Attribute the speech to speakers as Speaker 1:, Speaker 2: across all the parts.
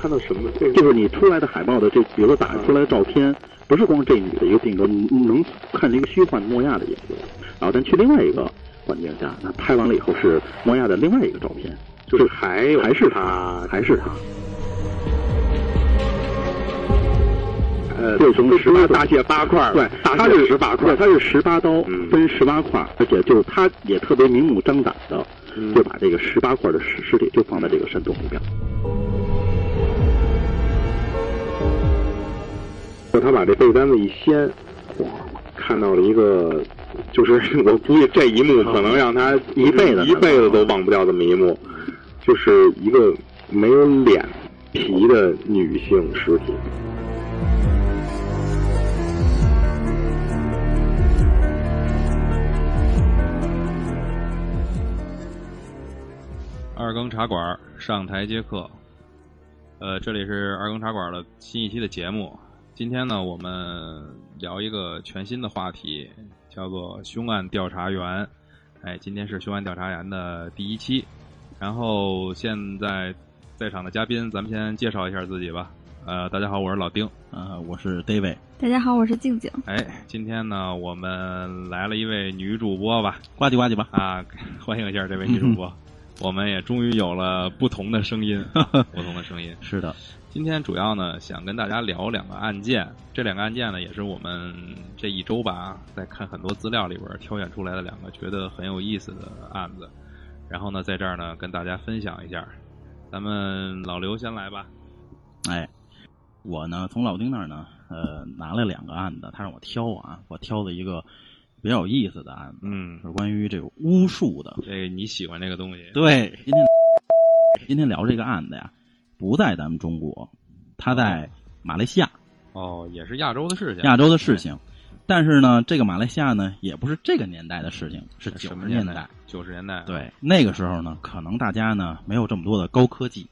Speaker 1: 看到什么？就是
Speaker 2: 就是你出来的海报的这，比如说打出来的照片，不是光这女的一个定格，你你能看一个虚幻莫亚的影子。然后咱去另外一个环境下，那拍完了以后是莫亚的另外一个照片，
Speaker 1: 就是还有
Speaker 2: 还是
Speaker 1: 他，
Speaker 2: 还是他。
Speaker 1: 呃，
Speaker 2: 对从
Speaker 1: 十八
Speaker 2: 18
Speaker 1: 大卸八块儿，
Speaker 2: 对，
Speaker 1: 大
Speaker 2: 它
Speaker 1: 卸
Speaker 2: 是
Speaker 1: 十八块
Speaker 2: 对，
Speaker 1: 儿，
Speaker 2: 它是十八刀
Speaker 1: 嗯
Speaker 2: 分十八块，而且就是他也特别明目张胆的，
Speaker 1: 嗯
Speaker 2: 就把这个十八块的尸尸体就放在这个山洞里边。
Speaker 1: 就他把这被单子一掀，哇，看到了一个，就是 我估计这一幕可能让他
Speaker 2: 一辈子
Speaker 1: 一辈子都忘不掉这么一幕，就是一个没有脸皮的女性尸体。
Speaker 3: 二更茶馆上台接客。呃，这里是二更茶馆的新一期的节目。今天呢，我们聊一个全新的话题，叫做“凶案调查员”。哎，今天是“凶案调查员”的第一期。然后现在在场的嘉宾，咱们先介绍一下自己吧。呃，大家好，我是老丁。
Speaker 4: 啊，我是 David，
Speaker 5: 大家好，我是静静。
Speaker 3: 哎，今天呢，我们来了一位女主播吧。
Speaker 4: 呱唧呱唧吧。
Speaker 3: 啊，欢迎一下这位女主播。我们也终于有了不同的声 音，不同的声音。
Speaker 4: 是的，
Speaker 3: 今天主要呢，想跟大家聊两个案件。这两个案件呢，也是我们这一周吧，在看很多资料里边挑选出来的两个觉得很有意思的案子。然后呢，在这儿呢，跟大家分享一下。咱们老刘先来吧。
Speaker 4: 哎，我呢从老丁那儿呢，呃，拿了两个案子，他让我挑啊，我挑了一个比较有意思的案子，
Speaker 3: 嗯，
Speaker 4: 是关于这个巫术的。
Speaker 3: 这个你喜欢这个东西？
Speaker 4: 对，今天今天聊这个案子呀，不在咱们中国，他在马来西亚，
Speaker 3: 哦，也是亚洲的事情。
Speaker 4: 亚洲的事情。但是呢，这个马来西亚呢，也不是这个年代的事情，是九
Speaker 3: 什
Speaker 4: 十
Speaker 3: 么
Speaker 4: 年
Speaker 3: 代？九十年代。，
Speaker 4: 对，那个时候呢，可能大家呢没有这么多的高科技，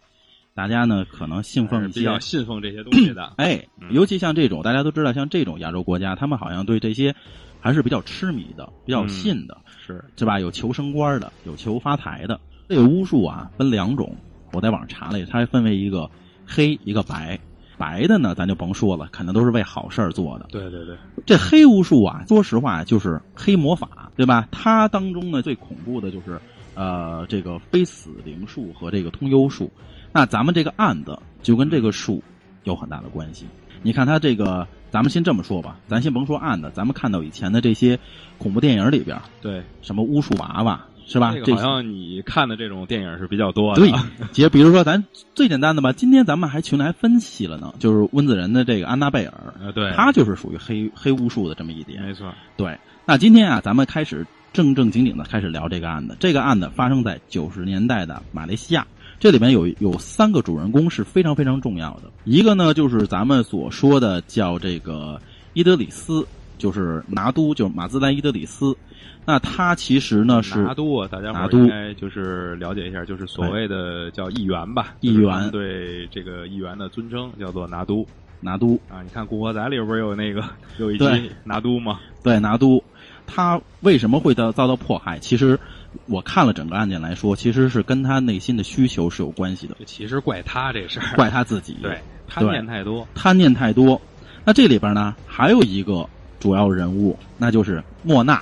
Speaker 4: 大家呢可能信
Speaker 3: 还
Speaker 4: 奉
Speaker 3: 是
Speaker 4: 一
Speaker 3: 比
Speaker 4: 些。
Speaker 3: 较信奉这些东西的
Speaker 4: 哎
Speaker 3: 嗯，
Speaker 4: 尤其像这种大家都知道，像这种亚洲国家，他们好像对这些还是比较痴迷的，比较信的，
Speaker 3: 是，
Speaker 4: 是吧？有求升官的，有求发财的。这个巫术啊，分两种，我在网上查了，它还分为一个黑一个白。白的呢，咱就甭说了，肯定都是为好事儿做的。
Speaker 3: 对对对。
Speaker 4: 这黑巫术啊，说实话就是黑魔法，对吧？它当中呢最恐怖的就是，呃，这个非死灵术和这个通幽术。那咱们这个案子就跟这个术有很大的关系。你看它这个，咱们先这么说吧，咱先甭说案子，咱们看到以前的这些恐怖电影里边，
Speaker 3: 对，
Speaker 4: 什么巫术娃娃是吧？
Speaker 3: 这
Speaker 4: 啊这
Speaker 3: 个好像你看的这种电影是比较多的。
Speaker 4: 对，姐，比如说咱最简单的吧，今天咱们还群里还分析了呢，就是温子仁的这个安娜贝尔，
Speaker 3: 呃， 对，
Speaker 4: 他就是属于黑黑巫术的这么一点。
Speaker 3: 没错，
Speaker 4: 对，那今天啊，咱们开始正正经经的开始聊这个案子。这个案子发生在九十年代的马来西亚，这里面有有三个主人公是非常非常重要的。一个呢，就是咱们所说的叫这个伊德里斯，就是拿督，就是马自达伊德里斯。那他其实呢是
Speaker 3: 拿督，啊大家伙
Speaker 4: 拿
Speaker 3: 儿
Speaker 4: 督
Speaker 3: 应该就是了解一下，就是所谓的叫议员吧，
Speaker 4: 议
Speaker 3: 就是他们
Speaker 4: 员
Speaker 3: 对这个议员的尊称叫做拿督
Speaker 4: 拿督，
Speaker 3: 啊。你看《古惑仔》里边不是有那个有一集
Speaker 4: 对
Speaker 3: 拿督吗？
Speaker 4: 对拿督，他为什么会遭遭到迫害？其实我看了整个案件来说，其实是跟他内心的需求是有关系的，
Speaker 3: 这其实怪他这事儿，
Speaker 4: 怪他自己。
Speaker 3: 对贪念太多。
Speaker 4: 贪念太多。那这里边呢，还有一个主要人物，那就是莫娜，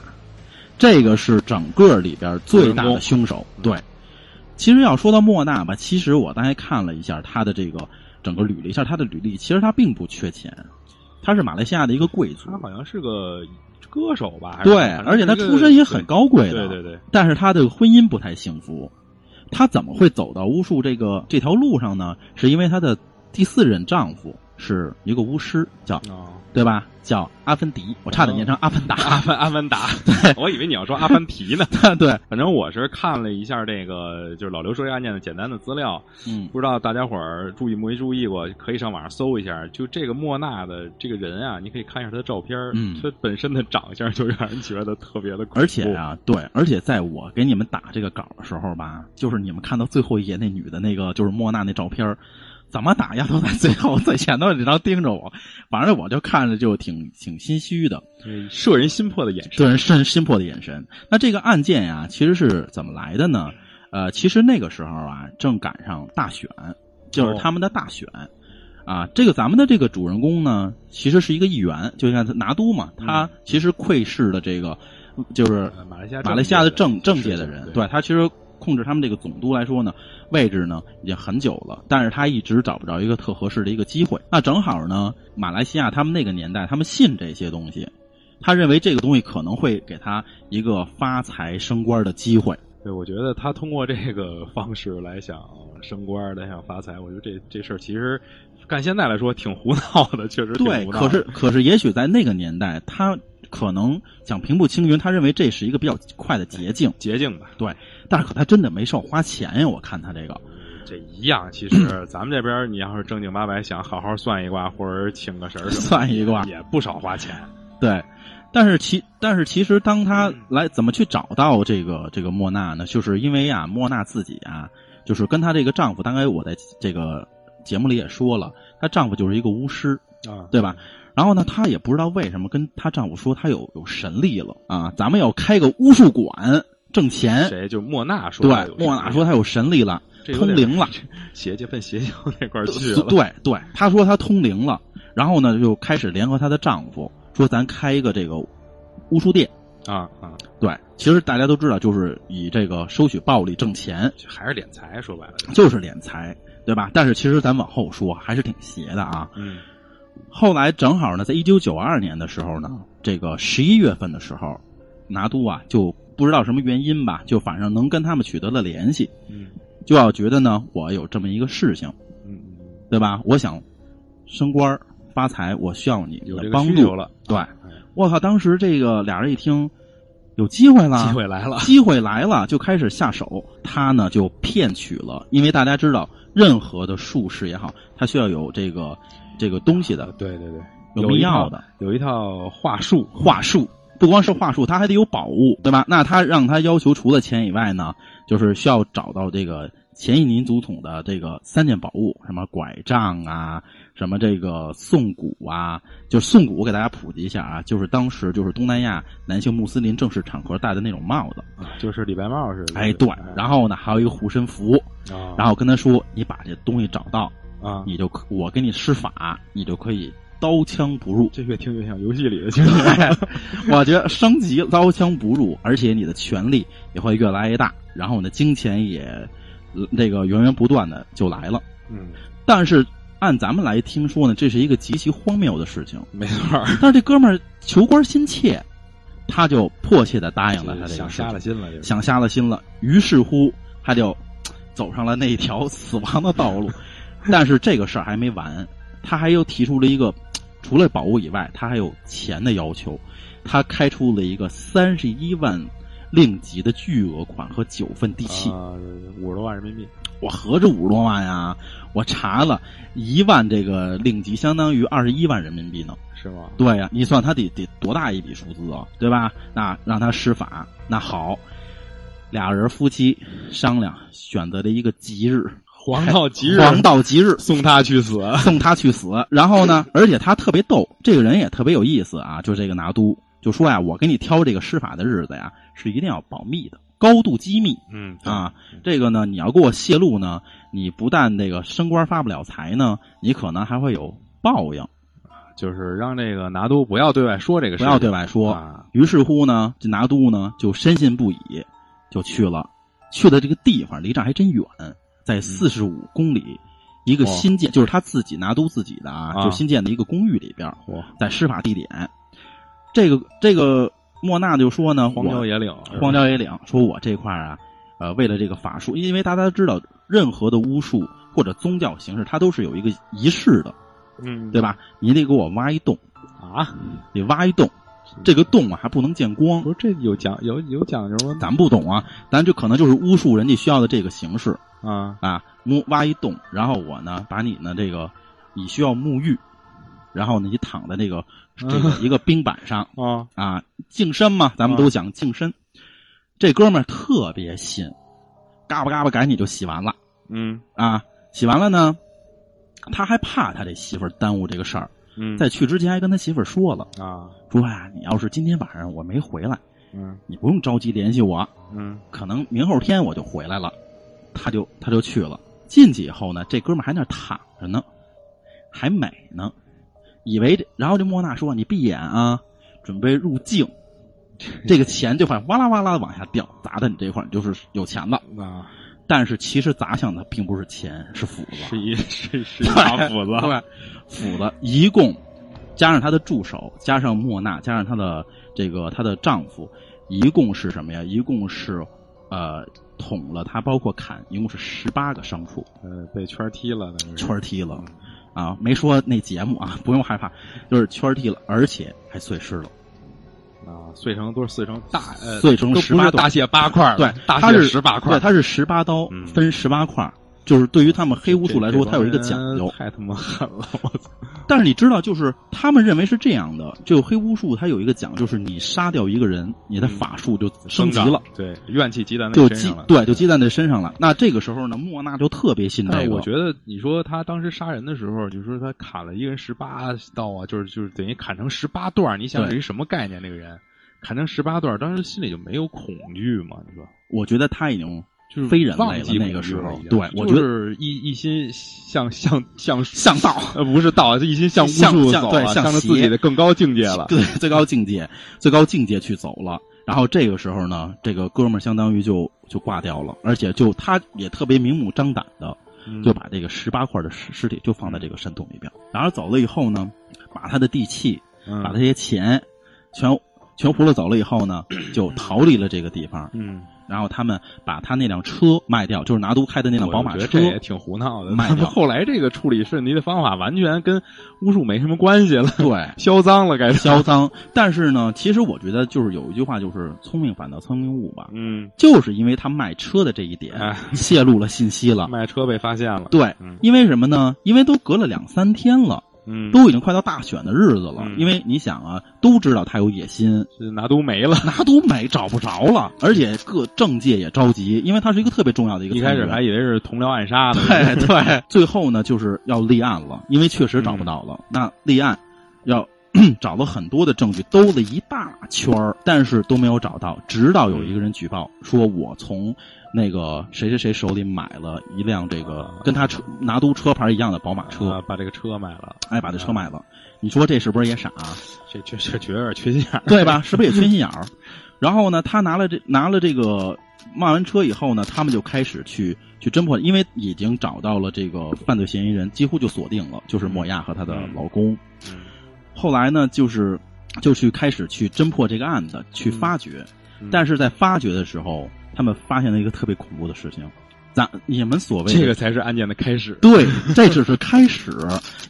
Speaker 4: 这个是整个里边最大的凶手。
Speaker 3: 主人公
Speaker 4: 对，其实要说到莫娜吧，其实我刚才看了一下他的这个整个履历，一下他的履历，其实他并不缺钱，他是马来西亚的一个贵族
Speaker 3: 他，好像是个歌手吧？还是
Speaker 4: 对
Speaker 3: 反，正
Speaker 4: 而且他
Speaker 3: 是一个
Speaker 4: 出身也很高贵
Speaker 3: 对
Speaker 4: 的，
Speaker 3: 对对，
Speaker 4: 但是他的婚姻不太幸福。他怎么会走到巫术这个这条路上呢？是因为他的第四任丈夫是一个巫师，叫
Speaker 3: 对哦，
Speaker 4: 对吧？叫阿凡迪，我差点念成阿凡
Speaker 3: 阿
Speaker 4: 达。
Speaker 3: 凡阿凡 达，我以为你要说阿凡提呢。
Speaker 4: 对，
Speaker 3: 反正我是看了一下这个，就是老刘说这案件的简单的资料，
Speaker 4: 嗯，
Speaker 3: 不知道大家伙儿注意没注意过，可以上网上搜一下。就这个莫娜的这个人啊，你可以看一下她的照片儿，
Speaker 4: 嗯
Speaker 3: 她本身的长相就让人觉得特别的恐怖。
Speaker 4: 而且啊，对，而且在我给你们打这个稿的时候吧，就是你们看到最后一页那女的那个，就是莫娜那照片儿，怎么打呀都在最后最前头，你知道盯着我，反正我就看着就挺挺心虚的，
Speaker 3: 嗯摄人心魄的眼神，
Speaker 4: 对人深心魄的眼神。那这个案件呀、其实是怎么来的呢？呃，其实那个时候啊，正赶上大选，就是他们的大选。啊，这个咱们的这个主人公呢，其实是一个议员，就像他拿督嘛，他其实窥视的这个，就是
Speaker 3: 呃马来西亚
Speaker 4: 马来西亚的政
Speaker 3: 政
Speaker 4: 政
Speaker 3: 界
Speaker 4: 界
Speaker 3: 的
Speaker 4: 的
Speaker 3: 人
Speaker 4: 人，
Speaker 3: 对
Speaker 4: 对他其实控制他们这个总督来说呢，位置呢已经很久了，但是他一直找不着一个特合适的一个机会。那正好呢，马来西亚他们那个年代，他们信这些东西，他认为这个东西可能会给他一个发财升官的机会。
Speaker 3: 对，我觉得他通过这个方式来想升官儿，来想发财，我觉得这这事儿其实干现在来说挺胡闹的，确实挺
Speaker 4: 对，
Speaker 3: 胡闹的
Speaker 4: 可是可是，也许在那个年代，他可能想平步青云，他认为这是一个比较快的捷径，
Speaker 3: 捷径吧，
Speaker 4: 但是可他真的没少花钱呀！我看他这个，
Speaker 3: 这一样。其 实咱们这边儿你要是正经八百想好好算一卦，或者请个神儿什么的，
Speaker 4: 算一卦
Speaker 3: 也不少花钱。
Speaker 4: 对，但是其但是其实当他
Speaker 3: 嗯
Speaker 4: 来怎么去找到这个这个莫娜呢？就是因为啊，莫娜自己啊，就是跟她这个丈夫，大概我在这个节目里也说了，她丈夫就是一个巫师，
Speaker 3: 啊，
Speaker 4: 对吧？然后呢，她也不知道为什么跟她丈夫说她有有神力了啊，咱们要开个巫术馆挣钱。
Speaker 3: 谁就莫娜说他有
Speaker 4: 哎对，
Speaker 3: 这个，
Speaker 4: 莫娜说她有神力了，
Speaker 3: 这有
Speaker 4: 通
Speaker 3: 点
Speaker 4: 灵了，
Speaker 3: 邪教奔邪教那块儿去 了。
Speaker 4: 对对，她说她通灵了，然后呢就开始联合她的丈夫说咱开一个这个巫术店。
Speaker 3: 啊啊，
Speaker 4: 对，其实大家都知道，就是以这个收取暴利挣钱，
Speaker 3: 这还是敛财，说白了。
Speaker 4: 就是敛财，对吧？但是其实咱往后说，还是挺邪的啊。
Speaker 3: 嗯，
Speaker 4: 后来正好呢，在一九九二年的时候呢，这个十一月份的时候，拿督啊就不知道什么原因吧，就反正能跟他们取得了联系，
Speaker 3: 嗯
Speaker 4: 就要觉得呢，我有这么一个事情，
Speaker 3: 嗯嗯，
Speaker 4: 对吧？我想升官儿发财，我需要你
Speaker 3: 有
Speaker 4: 的
Speaker 3: 这个
Speaker 4: 帮
Speaker 3: 需
Speaker 4: 助
Speaker 3: 求。了，
Speaker 4: 对
Speaker 3: 哎，
Speaker 4: 我靠！当时这个俩人一听，有机会了，
Speaker 3: 机会来了。
Speaker 4: 机会来了，就开始下手。他呢就骗取了，因为大家知道，任何的术士也好，他需要有这个这个东西的
Speaker 3: 啊对对对，
Speaker 4: 有
Speaker 3: 一
Speaker 4: 密
Speaker 3: 套
Speaker 4: 钥的，
Speaker 3: 有一套话术，
Speaker 4: 话术，不光是话术，他还得有宝物，对吧？那他让他要求除了钱以外呢，就是需要找到这个前印尼总统的这个三件宝物，什么拐杖啊，什么这个宋鼓啊，就宋鼓，我给大家普及一下啊，就是当时就是东南亚男性穆斯林正式场合戴的那种帽子，
Speaker 3: 就是李白帽似的。啊
Speaker 4: 哎，对，然后呢还有一个护身符。然后跟他说：“你把这东西找到，
Speaker 3: 后啊，
Speaker 4: 你就可我给你施法，你就可以刀枪不入。
Speaker 3: 这越听越像游戏里的情节。
Speaker 4: 我觉得升级刀枪不入，而且你的权力也会越来越大，然后你的金钱也呃那个源源不断的就来了。
Speaker 3: 嗯，
Speaker 4: 但是按咱们来听说呢，这是一个极其荒谬的事情。
Speaker 3: 没错儿，
Speaker 4: 但是这哥们儿求官心切，他就迫切的答应了他这
Speaker 3: 想
Speaker 4: 个事
Speaker 3: 瞎
Speaker 4: 情
Speaker 3: 了，心了，就是
Speaker 4: 想瞎了心了。于是乎，他就走上了那条死亡的道路。但是这个事儿还没完，他还又提出了一个，除了宝物以外，他还有钱的要求。他开出了一个三十一万令吉的巨额款和九份地契。
Speaker 3: 啊，五十多万人民币，
Speaker 4: 我合着五十多万呀！我查了一万这个令吉，相当于二十一万人民币呢。
Speaker 3: 是吗？
Speaker 4: 对呀、你算他得得多大一笔数字啊，对吧？那让他施法，那好，俩人夫妻商量，选择了一个吉日，
Speaker 3: 黄道吉日，
Speaker 4: 黄道吉日，
Speaker 3: 送他去死。
Speaker 4: 送他去死。然后呢，而且他特别逗，这个人也特别有意思啊，就这个拿督就说呀，我给你挑这个施法的日子呀，是一定要保密的，高度机密。
Speaker 3: 嗯
Speaker 4: 啊，这个呢，你要给我泄露呢，你不但这个升官发不了财呢，你可能还会有报应，
Speaker 3: 就是让这个拿督不要对外说这个
Speaker 4: 不
Speaker 3: 事，
Speaker 4: 要对外说。
Speaker 3: 啊。
Speaker 4: 于是乎呢，这拿督呢就深信不疑，就去了。去的这个地方离这儿还真远，在四十五公里，一个
Speaker 3: 嗯哦
Speaker 4: 新建，就是他自己拿督自己的啊，
Speaker 3: 啊
Speaker 4: 就新建的一个公寓里边，
Speaker 3: 嚯，
Speaker 4: 在施法地点。这个这个莫纳就说呢，
Speaker 3: 荒
Speaker 4: 我
Speaker 3: 郊野岭，
Speaker 4: 荒郊野岭，说我这块儿啊，呃，为了这个法术，因为大家知道，任何的巫术或者宗教形式，它都是有一个仪式的，
Speaker 3: 嗯
Speaker 4: 对吧？你得给我挖一洞，
Speaker 3: 啊，
Speaker 4: 得挖一洞，这个洞啊还不能见光
Speaker 3: 不，是这有讲有有讲究吗？
Speaker 4: 咱不懂啊，咱这可能就是巫术人家需要的这个形式
Speaker 3: 啊，
Speaker 4: 啊，摸挖一洞，然后我呢把你呢这个，你需要沐浴，然后呢你躺在这个这个一个冰板上
Speaker 3: 啊，
Speaker 4: 啊，净身嘛，咱们都讲净身，这哥们儿特别信，嘎巴嘎巴赶紧就洗完了
Speaker 3: 嗯
Speaker 4: 啊，洗完了呢，他还怕他这媳妇儿耽误这个事儿，
Speaker 3: 嗯，
Speaker 4: 在去之前还跟他媳妇儿说了，
Speaker 3: 啊，
Speaker 4: 说哎呀、你要是今天晚上我没回来，
Speaker 3: 嗯
Speaker 4: 你不用着急联系我。啊
Speaker 3: 嗯
Speaker 4: 可能明后天我就回来了，他就他就去了。进去以后呢，这哥们儿还那儿躺着呢，还美呢，以为这，然后这莫娜说：“你闭眼啊，准备入境。”这个钱就会哇啦哇啦的往下掉，砸在你这块儿，你就是有钱了。
Speaker 3: 啊，
Speaker 4: 但是其实砸向的并不是钱，是斧子。
Speaker 3: 是一是是一把斧子，
Speaker 4: 对，斧子一共加上他的助手，加上莫娜，加上她的这个她的丈夫，一共是什么呀？一共是呃捅了他，包括砍，一共是十八个伤处，
Speaker 3: 呃，被圈踢了，等于是
Speaker 4: 圈儿踢了啊！没说那节目啊，不用害怕，就是圈儿踢了，而且还碎尸了。
Speaker 3: 啊，碎成都是碎成大呃，
Speaker 4: 碎成
Speaker 3: 都不
Speaker 4: 18
Speaker 3: 是
Speaker 4: 段
Speaker 3: 大卸八块儿了，
Speaker 4: 对，
Speaker 3: 大
Speaker 4: 他
Speaker 3: 卸
Speaker 4: 是
Speaker 3: 十八块儿，
Speaker 4: 对，他是十八刀
Speaker 3: 嗯
Speaker 4: 分十八块儿。就是对于他们黑巫术来说，
Speaker 3: 这
Speaker 4: 它有一个讲究
Speaker 3: 这帮人，太他妈狠了，我操！
Speaker 4: 但是你知道，就是他们认为是这样的，就黑巫术它有一个讲，就是你杀掉一个人，你的法术就升级了，，
Speaker 3: 对，怨气嗯积攒在
Speaker 4: 就
Speaker 3: 身
Speaker 4: 积
Speaker 3: 上了，
Speaker 4: 对，就积攒在身上了。那这个时候呢，莫娜就特别信
Speaker 3: 但
Speaker 4: 这
Speaker 3: 是
Speaker 4: 个，
Speaker 3: 哎我觉得，你说他当时杀人的时候，就是说他砍了一个人十八刀啊，就是就是等于砍成十八段儿，你想
Speaker 4: 对
Speaker 3: 是一什么概念？那个人砍成十八段儿，当时心里就没有恐惧嘛？你说
Speaker 4: 我觉得他已经
Speaker 3: 就是
Speaker 4: 非人类
Speaker 3: 忘
Speaker 4: 了
Speaker 3: 记
Speaker 4: 那个
Speaker 3: 恐惧
Speaker 4: 时
Speaker 3: 了
Speaker 4: 候
Speaker 3: 已经
Speaker 4: 对我
Speaker 3: 就
Speaker 4: 觉得
Speaker 3: 是一一心向向向
Speaker 4: 向道，
Speaker 3: 呃不是道，是一心 向巫
Speaker 4: 向
Speaker 3: 术
Speaker 4: 向
Speaker 3: 走
Speaker 4: 对
Speaker 3: 了，
Speaker 4: 向
Speaker 3: 向着
Speaker 4: 邪
Speaker 3: 自己的更高境界了。
Speaker 4: 对，最高境界，最高境界去走了。然后这个时候呢，这个哥们儿相当于就就挂掉了，而且就他也特别明目张胆的，
Speaker 3: 嗯
Speaker 4: 就把这个十八块的尸尸体就放在这个山洞里边。然后走了以后呢，把他的地契、
Speaker 3: 嗯
Speaker 4: 把这些钱全全糊了走了以后呢，就逃离了这个地方。
Speaker 3: 嗯，
Speaker 4: 然后他们把他那辆车卖掉，就是拿督开的那辆
Speaker 3: 我
Speaker 4: 宝马
Speaker 3: 觉得
Speaker 4: 车
Speaker 3: 这。也挺胡闹的。
Speaker 4: 卖
Speaker 3: 他们
Speaker 4: 掉
Speaker 3: 后来这个处理顺尼的方法完全跟巫术没什么关系了，
Speaker 4: 对，
Speaker 3: 销赃了该是。
Speaker 4: 销赃。但是呢，其实我觉得就是有一句话，就是“聪明反倒聪明误”吧。
Speaker 3: 嗯，
Speaker 4: 就是因为他卖车的这一点
Speaker 3: 哎
Speaker 4: 泄露了信息了。
Speaker 3: 卖车被发现了。
Speaker 4: 对
Speaker 3: 嗯，
Speaker 4: 因为什么呢？因为都隔了两三天了，
Speaker 3: 嗯，
Speaker 4: 都已经快到大选的日子了。
Speaker 3: 嗯
Speaker 4: 因为你想啊，都知道他有野心，
Speaker 3: 是拿督没了。
Speaker 4: 拿督美找不着了，而且各政界也着急，因为他是一个特别重要的一个
Speaker 3: 一开
Speaker 4: 参议
Speaker 3: 始
Speaker 4: 员
Speaker 3: 还以为是同僚暗杀呢。
Speaker 4: 对对，最后呢就是要立案了，因为确实找
Speaker 3: 嗯
Speaker 4: 不到了。那立案要 找了很多的证据，兜了一大圈儿，但是都没有找到。直到有一个人举报说，我从那个谁谁谁手里买了一辆这个跟他车拿督车牌一样的宝马
Speaker 3: 啊
Speaker 4: 车，
Speaker 3: 把这个车卖了，
Speaker 4: 哎，把这车卖了。你说这是不是也傻、啊
Speaker 3: 这这这觉得有点缺心眼儿。
Speaker 4: 对吧？是不是也缺心眼儿？然后呢，他拿了这拿了这个卖完车以后呢，他们就开始去去侦破，因为已经找到了这个犯罪嫌疑人，几乎就锁定了，就是莫亚和她的老公。
Speaker 3: 嗯
Speaker 4: 后来呢，就是就去开始去侦破这个案子，去发掘。
Speaker 3: 嗯
Speaker 4: 但是在发掘的时候，他们发现了一个特别恐怖的事情，咱你们所谓的
Speaker 3: 这个才是案件的开始。
Speaker 4: 对，这只是开始，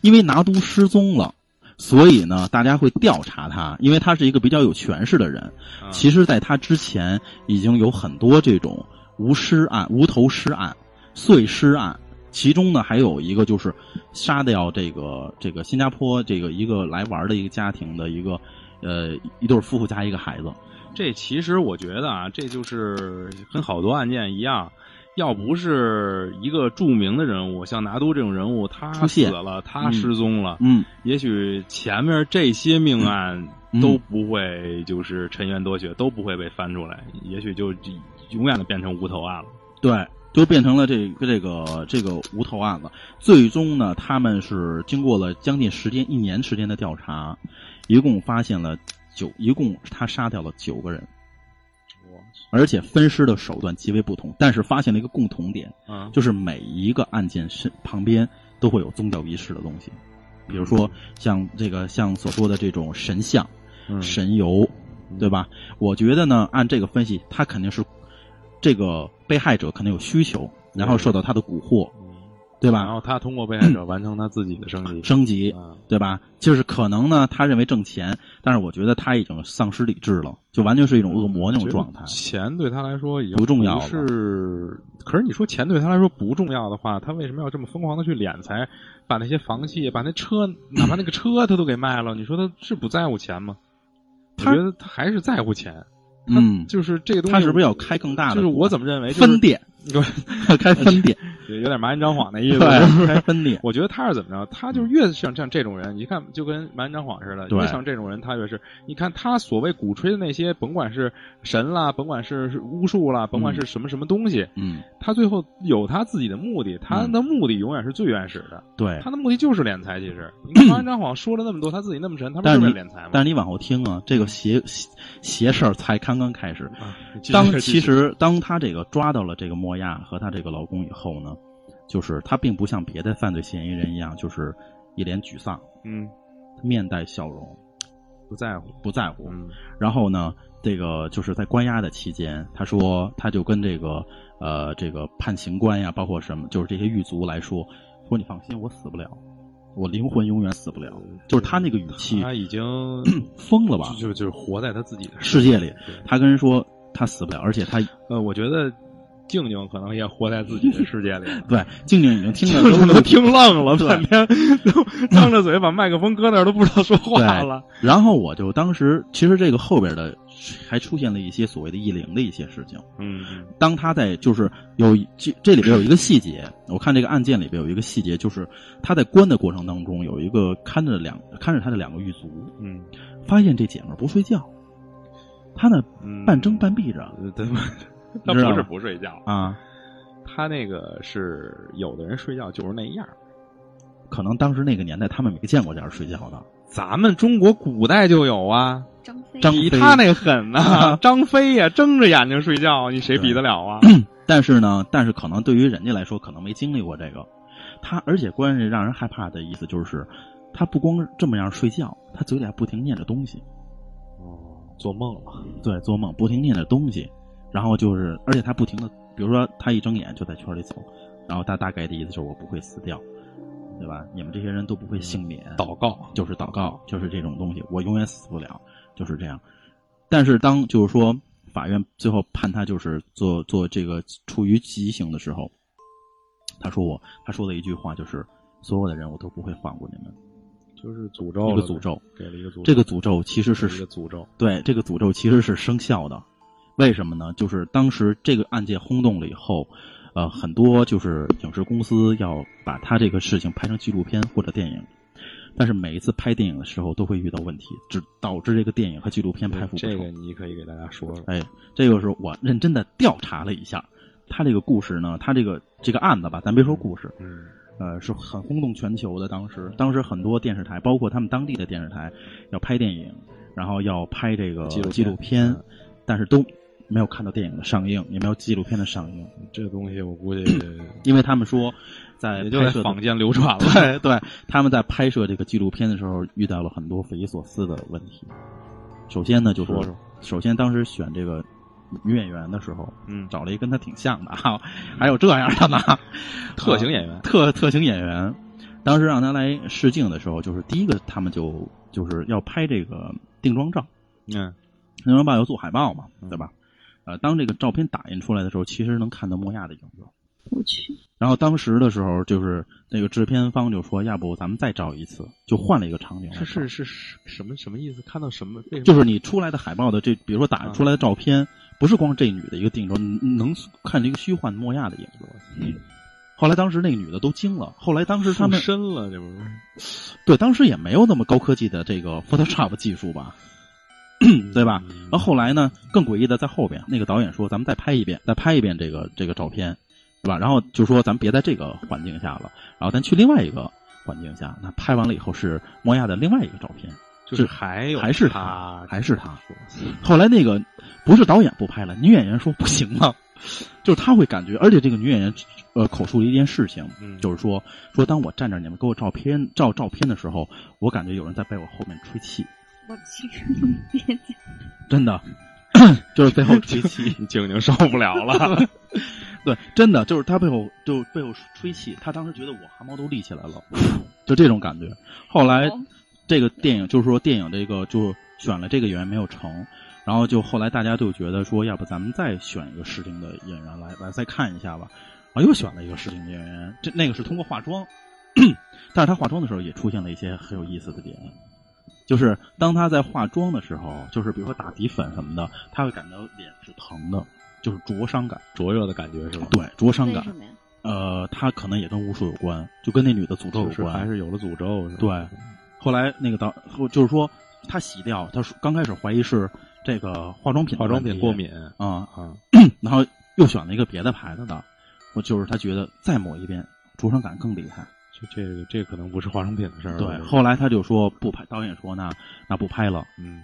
Speaker 4: 因为拿督失踪了，所以呢，大家会调查他，因为他是一个比较有权势的人。
Speaker 3: 啊
Speaker 4: 其实，在他之前已经有很多这种无尸案、无头尸案、碎尸案，其中呢还有一个就是杀掉这个这个新加坡这个一个来玩的一个家庭的一个呃一对夫妇加一个孩子，
Speaker 3: 这其实我觉得啊，这就是跟好多案件一样，要不是一个著名的人物，像拿督这种人物，他
Speaker 4: 出
Speaker 3: 死
Speaker 4: 现
Speaker 3: 了，他
Speaker 4: 嗯
Speaker 3: 失踪了，
Speaker 4: 嗯，
Speaker 3: 也许前面这些命案
Speaker 4: 嗯
Speaker 3: 都不会就是沉冤得雪，都不会被翻出来，也许就就永远的变成无头案了。
Speaker 4: 对，就变成了这个这个这个无头案了。最终呢，他们是经过了将近时间一年时间的调查，一共发现了九，一共他杀掉了九个人，而且分尸的手段极为不同，但是发现了一个共同点，
Speaker 3: 嗯，
Speaker 4: 就是每一个案件身旁边都会有宗教仪式的东西，比如说像这个像所说的这种神像。
Speaker 3: 嗯
Speaker 4: 神游，对吧？我觉得呢，按这个分析，他肯定是这个被害者肯定有需求，然后受到他的蛊惑，对
Speaker 3: 嗯然
Speaker 4: 吧？
Speaker 3: 后他通过被害者完成他自己的升级。
Speaker 4: 升级，
Speaker 3: 啊，
Speaker 4: 对吧？就是可能呢，他认为挣钱，但是我觉得他已经丧失理智了，就完全是一种恶魔那种状态。
Speaker 3: 钱对他来说已经
Speaker 4: 不重要了
Speaker 3: 不是。可是你说钱对他来说不重要的话，他为什么要这么疯狂的去敛财，把那些房契、把那车，哪怕那个车他都给卖了？你说他是不在乎钱吗？我
Speaker 4: 他
Speaker 3: 觉得他还是在乎钱。
Speaker 4: 嗯，
Speaker 3: 就是这个东西，
Speaker 4: 他是不是要开更大的
Speaker 3: 就是
Speaker 4: 股啊
Speaker 3: 我怎么认为、就是
Speaker 4: 分店？开分店，
Speaker 3: 有点麻言张谎的意思。
Speaker 4: 对，开 分店，
Speaker 3: 我觉得他是怎么着？他就是越像像这种人，一看就跟蛮张晃似的，
Speaker 4: 嗯对
Speaker 3: 越像这种人，他越是。你看他所谓鼓吹的那些，甭管是神啦，甭管是是巫术啦，甭管是什么什么东西，
Speaker 4: 嗯，
Speaker 3: 他最后有他自己的目的，他
Speaker 4: 嗯
Speaker 3: 的目的永远是最原始的，
Speaker 4: 对。
Speaker 3: 他的目的就是敛财。其 实，你看蛮张晃说了那么多，他自己那么神，他不
Speaker 4: 但是
Speaker 3: 为
Speaker 4: 你
Speaker 3: 了敛财吗？
Speaker 4: 但是你往后听啊，这个邪邪邪事儿才刚刚开始。
Speaker 3: 啊继续
Speaker 4: 当
Speaker 3: 继续
Speaker 4: 其实当他这个抓到了这个莫亚和他这个老公以后呢，就是他并不像别的犯罪嫌疑人一样，就是一脸沮丧，
Speaker 3: 嗯，
Speaker 4: 面带笑容，
Speaker 3: 不在乎，
Speaker 4: 不在乎。
Speaker 3: 嗯
Speaker 4: 然后呢，这个就是在关押的期间，他说他就跟这个呃这个判刑官呀，包括什么，就是这些狱卒来说，说你放心，我死不了，我灵魂永远死不了。就是他那个语气
Speaker 3: 他已经
Speaker 4: 疯了吧？
Speaker 3: 就就就是活在他自己的
Speaker 4: 世界里
Speaker 3: 对
Speaker 4: 他跟人说他死不了，而且他。
Speaker 3: 呃，我觉得静静可能也活在自己的世界里了
Speaker 4: 对静静已 经听
Speaker 3: 可
Speaker 4: 得
Speaker 3: 能
Speaker 4: 都
Speaker 3: 听愣了，
Speaker 4: 对
Speaker 3: 半天 都张着嘴把麦克风搁那儿都不知道说话了。
Speaker 4: 然后我就当时，其实这个后边的还出现了一些所谓的意灵的一些事情。
Speaker 3: 嗯
Speaker 4: 当他在就是有一这这里边有一个细节，我看这个案件里边有一个细节，就是他在关的过程当中，有一个看着两 看着他的两个狱卒，
Speaker 3: 嗯
Speaker 4: 发现这姐们儿不睡觉，她呢
Speaker 3: 嗯
Speaker 4: 半睁半闭着
Speaker 3: 呃 对，
Speaker 4: 你
Speaker 3: 他
Speaker 4: 知道
Speaker 3: 不是
Speaker 4: 吗
Speaker 3: 不睡觉，
Speaker 4: 啊，
Speaker 3: 他那个是有的人睡觉就是那样。
Speaker 4: 可能当时那个年代他们没见过这样睡觉的，
Speaker 3: 咱们中国古代就有啊，
Speaker 5: 张飞
Speaker 4: 张
Speaker 3: 比
Speaker 4: 飞
Speaker 3: 他那狠呐、
Speaker 4: 啊
Speaker 3: 张飞呀、睁着眼睛睡觉，你谁比得了啊？
Speaker 4: 但是呢，但是可能对于人家来说，可能没经历过这个。他而且关键让人害怕的意思就是，他不光这么样睡觉，他嘴里还不停念着东西，
Speaker 3: 哦，做梦了，
Speaker 4: 对，做梦不停念着东西，然后就是，而且他不停的，比如说他一睁眼就在圈里走，然后他大概的意思就是我不会死掉，对吧？你们这些人都不会幸免，
Speaker 3: 嗯祷告。
Speaker 4: 就是祷告，就是这种东西，我永远死不了，就是这样。但是当就是说法院最后判他就是做做这个处于极刑的时候，他说我他说的一句话就是所有的人我都不会放过你们，
Speaker 3: 就是诅咒
Speaker 4: 一
Speaker 3: 了
Speaker 4: 个
Speaker 3: 呗，
Speaker 4: 诅咒
Speaker 3: 给了一个诅咒，
Speaker 4: 这个诅咒其实
Speaker 3: 是一
Speaker 4: 是
Speaker 3: 个诅咒。
Speaker 4: 对这个诅咒其实是生效的，为什么呢？就是当时这个案件轰动了以后。呃，很多就是影视公司要把他这个事情拍成纪录片或者电影，但是每一次拍电影的时候都会遇到问题，只导致这个电影和纪录片拍
Speaker 3: 这
Speaker 4: 不
Speaker 3: 这
Speaker 4: 成。
Speaker 3: 个你可以给大家说说。
Speaker 4: 哎，这个是我认真的调查了一下，他这个故事呢，他这个这个案子吧，咱别说故事，
Speaker 3: 嗯，
Speaker 4: 呃，是很轰动全球的。当时，当时很多电视台，包括他们当地的电视台，要拍电影，然后要拍这个
Speaker 3: 纪录片
Speaker 4: 纪录片
Speaker 3: 嗯，
Speaker 4: 但是都没有看到电影的上映，也没有纪录片的上映，
Speaker 3: 这东西我估计
Speaker 4: 因为他们说，在
Speaker 3: 也就
Speaker 4: 拍
Speaker 3: 在
Speaker 4: 摄的
Speaker 3: 坊间流传了。
Speaker 4: 对对，他们在拍摄这个纪录片的时候遇到了很多匪夷所思的问题。首先呢，就是
Speaker 3: 说说
Speaker 4: 首先当时选这个女演员的时候，
Speaker 3: 嗯，
Speaker 4: 找了一个跟她挺像的啊，还有这样的啊呢，
Speaker 3: 特型演员
Speaker 4: 啊特特型演员。当时让她来试镜的时候，就是第一个他们就就是要拍这个定妆照，
Speaker 3: 嗯，
Speaker 4: 定妆照要做海报嘛，对吧？呃，当这个照片打印出来的时候，其实能看到莫亚的影子。
Speaker 5: 我去，
Speaker 4: 然后当时的时候，就是那个制片方就说：“要不咱们再照一次，就换了一个场景。”
Speaker 3: 是是，是是什么什么意思？看到什么？为什么
Speaker 4: 就是你出来的海报的这，比如说打出来的照片，不是光这女的一个定妆，嗯能能看这个虚幻莫亚的影子。后来当时那个女的都惊了，后来当时他们
Speaker 3: 附身了，这不是？
Speaker 4: 对当时也没有那么高科技的这个 Photoshop 技术吧， 对吧？然后后来呢，更诡异的在后边，那个导演说：“咱们再拍一遍，再拍一遍这个这个照片，对吧？”然后就说：“咱们别在这个环境下了，然后咱去另外一个环境下。”那拍完了以后是莫亚的另外一个照片，
Speaker 3: 就是
Speaker 4: 是
Speaker 3: 还有
Speaker 4: 还是
Speaker 3: 他，
Speaker 4: 还是他。后来那个不是导演不拍了，女演员说：“不行了。” 就是他会感觉，而且这个女演员呃口述了一件事情，
Speaker 3: 嗯
Speaker 4: 就是说说当我站着你们给我照片照照片的时候，我感觉有人在被我后面吹气，
Speaker 5: 我去，别讲，
Speaker 4: 真的。 就是背后吹气，
Speaker 3: 静静受不了了。
Speaker 4: 对，真的就是他背后就背后吹气，他当时觉得我汗毛都立起来了，就这种感觉。后来
Speaker 5: 哦
Speaker 4: 这个电影就是说电影这个就选了这个演员没有成，然后就后来大家就觉得说，要不咱们再选一个适龄的演员来来再看一下吧。啊，又选了一个适龄的演员，这那个是通过化妆， 但是他化妆的时候也出现了一些很有意思的点。就是当他在化妆的时候，就是比如说打底粉什么的，他会感到脸是疼的，就是灼伤感。
Speaker 3: 灼热的感觉是吗？
Speaker 4: 对，灼伤
Speaker 5: 为
Speaker 4: 感
Speaker 5: 什。么呀？
Speaker 4: 呃，他可能也跟巫术有关，就跟那女的诅
Speaker 3: 就
Speaker 4: 咒有
Speaker 3: 是
Speaker 4: 关。
Speaker 3: 还是有了诅咒是吧？
Speaker 4: 对，后来那个导后就是说他洗掉，他说刚开始怀疑是这个化妆品的
Speaker 3: 化妆
Speaker 4: 问
Speaker 3: 品
Speaker 4: 题
Speaker 3: 过敏
Speaker 4: 啊、
Speaker 3: 啊，
Speaker 4: 然后又选了一个别的牌子的，我就是他觉得再抹一遍灼伤感更厉害。
Speaker 3: 这这个这可能不是化妆品的事儿。
Speaker 4: 对，后来他就说不拍，导演说那那不拍了，
Speaker 3: 嗯，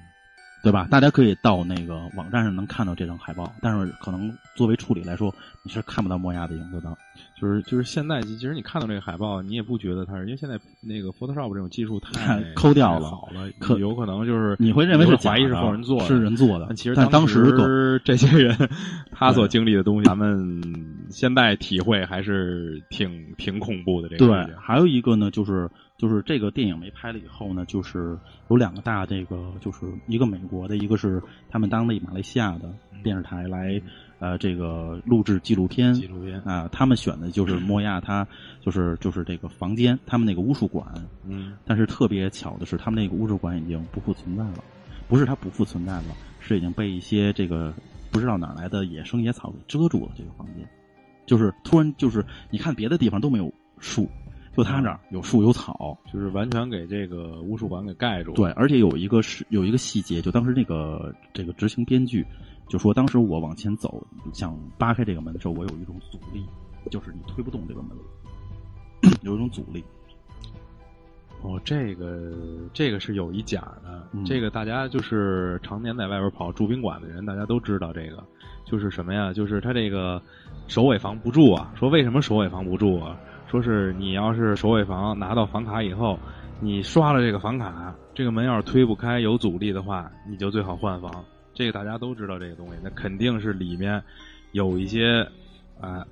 Speaker 4: 对吧？大家可以到那个网站上能看到这张海报，但是可能作为处理来说，你是看不到莫亚的影子的。
Speaker 3: 就是就是现在，其实你看到这个海报，你也不觉得它是，因为现在那个 Photoshop 这种技术太
Speaker 4: 太抠掉了
Speaker 3: 太好了，
Speaker 4: 可
Speaker 3: 有可能就是
Speaker 4: 你会认为
Speaker 3: 有
Speaker 4: 是
Speaker 3: 人怀疑
Speaker 4: 假
Speaker 3: 是
Speaker 4: 的
Speaker 3: 后人做的，
Speaker 4: 是人做的
Speaker 3: 但其实
Speaker 4: 但
Speaker 3: 当
Speaker 4: 当时
Speaker 3: 这些人他所
Speaker 4: 对
Speaker 3: 经历的东西，咱们现在体会还是挺挺恐怖的。这个啊事
Speaker 4: 对嗯
Speaker 3: 情，
Speaker 4: 还有一个呢，就是就是这个电影没拍了以后呢，就是有两个大这个，就是一个美国的，一个是他们当地马来西亚的
Speaker 3: 嗯
Speaker 4: 电视台来呃这个录制纪录片，
Speaker 3: 纪录片
Speaker 4: 啊、他们选的就是莫亚他就是就是这个房间，他们那个巫术馆，
Speaker 3: 嗯，
Speaker 4: 但是特别巧的是，他们那个巫术馆已经不复存在了，不是它不复存在了，是已经被一些这个不知道哪儿来的野生野草给遮住了这个房间，就是突然就是你看别的地方都没有树，就他这儿有树有草，
Speaker 3: 就是完全给这个巫术馆给盖住。
Speaker 4: 对，，而且有一个是有一个细节，就当时那个这个执行编剧就说，当时我往前走想扒开这个门的时候，我有一种阻力，就是你推不动这个门，有一种阻力，
Speaker 3: 哦，这个这个是有一假的，
Speaker 4: 嗯
Speaker 3: 这个大家就是常年在外边跑住宾馆的人，大家都知道这个，就是什么呀？就是他这个首尾房不住啊。说为什么首尾房不住啊？说是你要是首尾房拿到房卡以后，你刷了这个房卡，这个门要是推不开有阻力的话，你就最好换房。这个大家都知道这个东西，那肯定是里面有一些啊、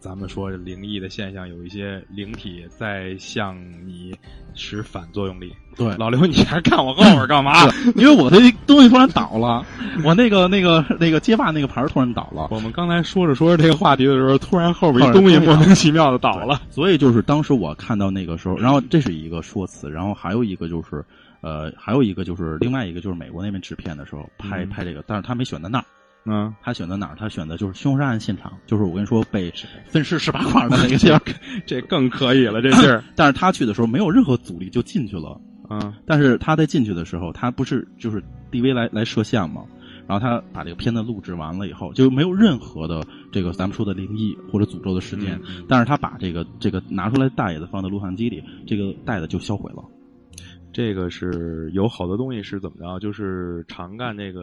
Speaker 3: 咱们说灵异的现象，有一些灵体在向你使反作用力。
Speaker 4: 对
Speaker 3: 老刘，你还看我后边干嘛？
Speaker 4: 因为我的东西突然倒了，我那个那个那个街霸那个牌儿突然倒了，
Speaker 3: 我们刚才说着说着这个话题的时候，突然后边一
Speaker 4: 后边
Speaker 3: 东西
Speaker 4: 东西
Speaker 3: 莫名其妙的倒了。
Speaker 4: 所以就是当时我看到那个时候，然后这是一个说辞，然后还有一个就是，呃，还有一个就是另外一个就是美国那边制片的时候拍、
Speaker 3: 嗯
Speaker 4: 拍这个，但是他没选在那儿，
Speaker 3: 嗯，
Speaker 4: 他选在哪儿？他选的就是凶杀案现场，就是我跟你说被分尸十八块儿的那个地儿，
Speaker 3: 这更可以了，这劲 儿。
Speaker 4: 但是他去的时候没有任何阻力就进去了，
Speaker 3: 嗯，
Speaker 4: 但是他在进去的时候，他不是就是 DV 来来摄像嘛，然后他把这个片子录制完了以后，就没有任何的这个咱们说的灵异或者诅咒的事件，
Speaker 3: 嗯
Speaker 4: 但是他把这个这个拿出来袋子放在录像机里，这个袋子就销毁了。
Speaker 3: 这个是有好多东西是怎么着？就是常干这个，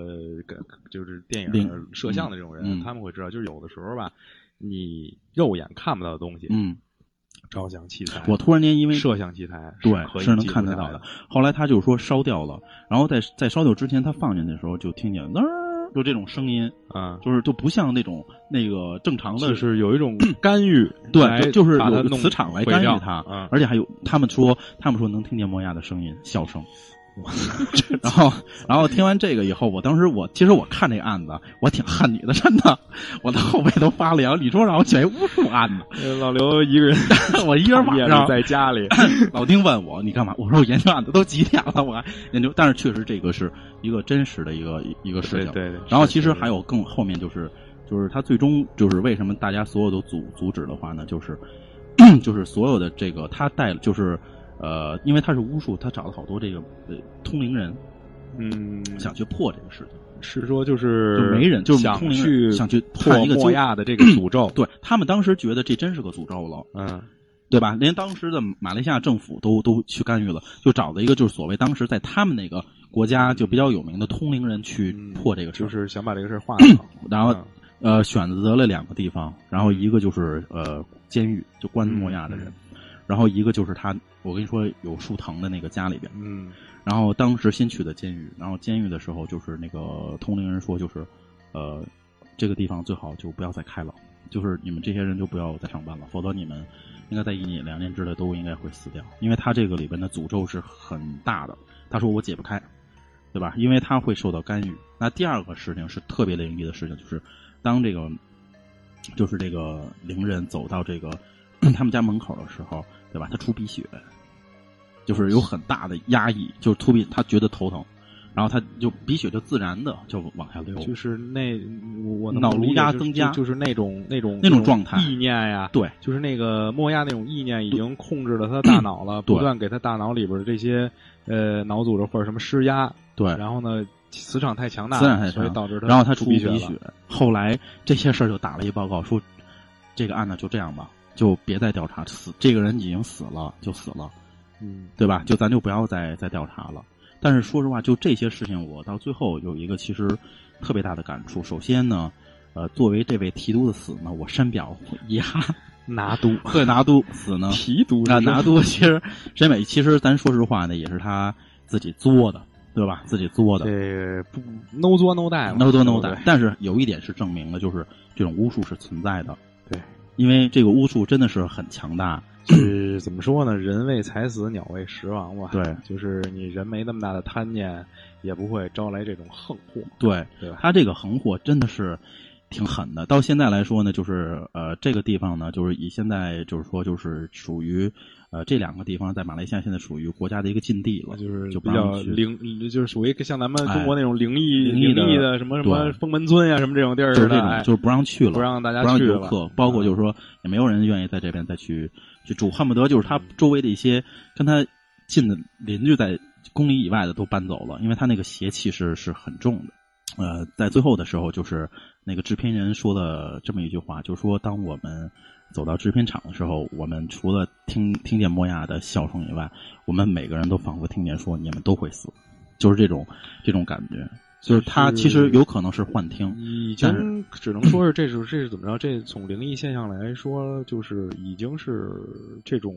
Speaker 3: 就是电影
Speaker 4: 灵
Speaker 3: 摄像的这种人，
Speaker 4: 嗯嗯
Speaker 3: 他们会知道，就是有的时候吧，你肉眼看不到的东西，
Speaker 4: 嗯，
Speaker 3: 照相器材，
Speaker 4: 我突然间因为
Speaker 3: 摄像器材
Speaker 4: 对
Speaker 3: 可以
Speaker 4: 是能
Speaker 3: 记录
Speaker 4: 看得
Speaker 3: 下
Speaker 4: 到
Speaker 3: 来的。
Speaker 4: 后来他就说烧掉了，然后在在烧掉之前，他放进去的时候就听见那、呃、就这种声音，
Speaker 3: 啊，
Speaker 4: 就是就不像那种那个正常的
Speaker 3: 就是有一种干预来把它
Speaker 4: 对，
Speaker 3: 弄，
Speaker 4: 就就是有一个磁场来干
Speaker 3: 毁
Speaker 4: 预
Speaker 3: 掉
Speaker 4: 它，
Speaker 3: 嗯，
Speaker 4: 而且还有他们说，他们说能听见莫亚的声音笑声。 然后，然后听完这个以后，我当时我其实我看这个案子，我挺恨你的，真的，我的后背都发凉。你说让我选一巫术案子，
Speaker 3: 呃老刘一个 人
Speaker 4: 我一人晚
Speaker 3: 夜
Speaker 4: 上
Speaker 3: 里在家 里，
Speaker 4: 老丁问我你干嘛？我说我研究案子都几点了，我还研究。但是确实这个是一个真实的一个一个事
Speaker 3: 对
Speaker 4: 情。
Speaker 3: 对对。
Speaker 4: 然后
Speaker 3: 是
Speaker 4: 其实
Speaker 3: 是
Speaker 4: 还有更后面就是就是他最终就是为什么大家所有都阻阻止的话呢？就是 就是所有的这个他带就是呃，因为他是巫术，他找了好多这个呃通灵人
Speaker 3: 嗯，
Speaker 4: 想去破这个事情，
Speaker 3: 是说就是
Speaker 4: 就没人就是
Speaker 3: 想
Speaker 4: 通灵
Speaker 3: 去
Speaker 4: 人想去
Speaker 3: 破
Speaker 4: 看一个
Speaker 3: 莫
Speaker 4: 究，
Speaker 3: 亚的这个诅咒
Speaker 4: 对他们当时觉得这真是个诅咒了。
Speaker 3: 嗯，
Speaker 4: 对吧？连当时的马来西亚政府都都去干预了，就找了一个就是所谓当时在他们那个国家就比较有名的通灵人去
Speaker 3: 嗯
Speaker 4: 破这个事儿，，
Speaker 3: 就是想把这个事儿化掉
Speaker 4: 然后
Speaker 3: 嗯
Speaker 4: 呃选择了两个地方，然后一个就是呃监狱，就关莫亚的人，然后一个就是他，我跟你说有树藤的那个家里边，
Speaker 3: 嗯，
Speaker 4: 然后当时先去的监狱，然后监狱的时候就是那个通灵人说就是，呃，这个地方最好就不要再开了，就是你们这些人就不要再上班了，否则你们应该在一年两年之内都应该会死掉，因为他这个里边的诅咒是很大的。他说我解不开，对吧？因为他会受到干预。那第二个事情是特别灵异的事情，就是当这个就是这个灵人走到这个 他们家门口的时候，对吧？他出鼻血，就是有很大的压抑，就是突鼻，他觉得头疼。然后他就鼻血就自然的就往下流，
Speaker 3: 嗯就是那我我能
Speaker 4: 脑颅压
Speaker 3: 理解就是
Speaker 4: 增加
Speaker 3: 就就是那种那种
Speaker 4: 那种状态
Speaker 3: 意念呀，
Speaker 4: 对，
Speaker 3: 就是那个莫亚那种意念已经控制了他的大脑 了，
Speaker 4: 对
Speaker 3: 不断给他大脑里边的这些呃脑组织或者什么施压，
Speaker 4: 对，
Speaker 3: 然后呢磁场太强大，
Speaker 4: 磁场太强
Speaker 3: 所以导致他
Speaker 4: 然后他
Speaker 3: 出
Speaker 4: 鼻
Speaker 3: 血了。
Speaker 4: 血。后来这些事儿就打了一报告，说这个案呢就这样吧，就别再调查，死这个人已经死了就死了，
Speaker 3: 嗯，
Speaker 4: 对吧？就咱就不要再再调查了。但是说实话，就这些事情，我到最后有一个其实特别大的感触。首先呢，呃，作为这位提督的死呢，我深表遗憾。
Speaker 3: 拿督
Speaker 4: 对拿督 死呢，
Speaker 3: 提督
Speaker 4: 那拿督其实沈美，其实咱说实话呢，也是他自己作的，对吧？自己作的。
Speaker 3: 这不 no 作 no die 嘛
Speaker 4: no do
Speaker 3: 对
Speaker 4: no
Speaker 3: 不
Speaker 4: die
Speaker 3: 对。
Speaker 4: 但是有一点是证明了，就是这种巫术是存在的。
Speaker 3: 对，
Speaker 4: 因为这个巫术真的是很强大。
Speaker 3: 是怎么说呢？人为财死，鸟为食亡吧。
Speaker 4: 对
Speaker 3: 就是你人没那么大的贪念，也不会招来这种横祸，
Speaker 4: 对，
Speaker 3: 对吧？
Speaker 4: 它这个横祸真的是挺狠的。到现在来说呢，就是呃，这个地方呢，就是以现在就是说就是属于呃这两个地方在马来西亚现在属于国家的一个禁地了，
Speaker 3: 就是
Speaker 4: 就不
Speaker 3: 比较
Speaker 4: 让去
Speaker 3: 灵，就是属于像咱们
Speaker 4: 哎
Speaker 3: 中国那种灵异、
Speaker 4: 灵异的
Speaker 3: 灵异的什么什么
Speaker 4: 对
Speaker 3: 封门村呀、什么这种地儿
Speaker 4: 就
Speaker 3: 似
Speaker 4: 是这
Speaker 3: 的，
Speaker 4: 种
Speaker 3: 哎
Speaker 4: 就是不让去了，
Speaker 3: 不让大家
Speaker 4: 不让
Speaker 3: 去
Speaker 4: 游
Speaker 3: 了嗯
Speaker 4: 客，包括就是说也没有人愿意在这边再去去住，恨不得就是他周围的一些跟他近的邻居在公里以外的都搬走了，因为他那个邪气是是很重的。呃，在最后的时候，就是那个制片人说了这么一句话，就说当我们走到制片厂的时候，我们除了听听见莫亚的笑声以外，我们每个人都仿佛听见说你们都会死，就是这种这种感觉。就是他
Speaker 3: 就是
Speaker 4: 其实有可能是幻听，
Speaker 3: 已
Speaker 4: 但
Speaker 3: 经只能说是这是这是怎么着？这从灵异现象来说，就是已经是这种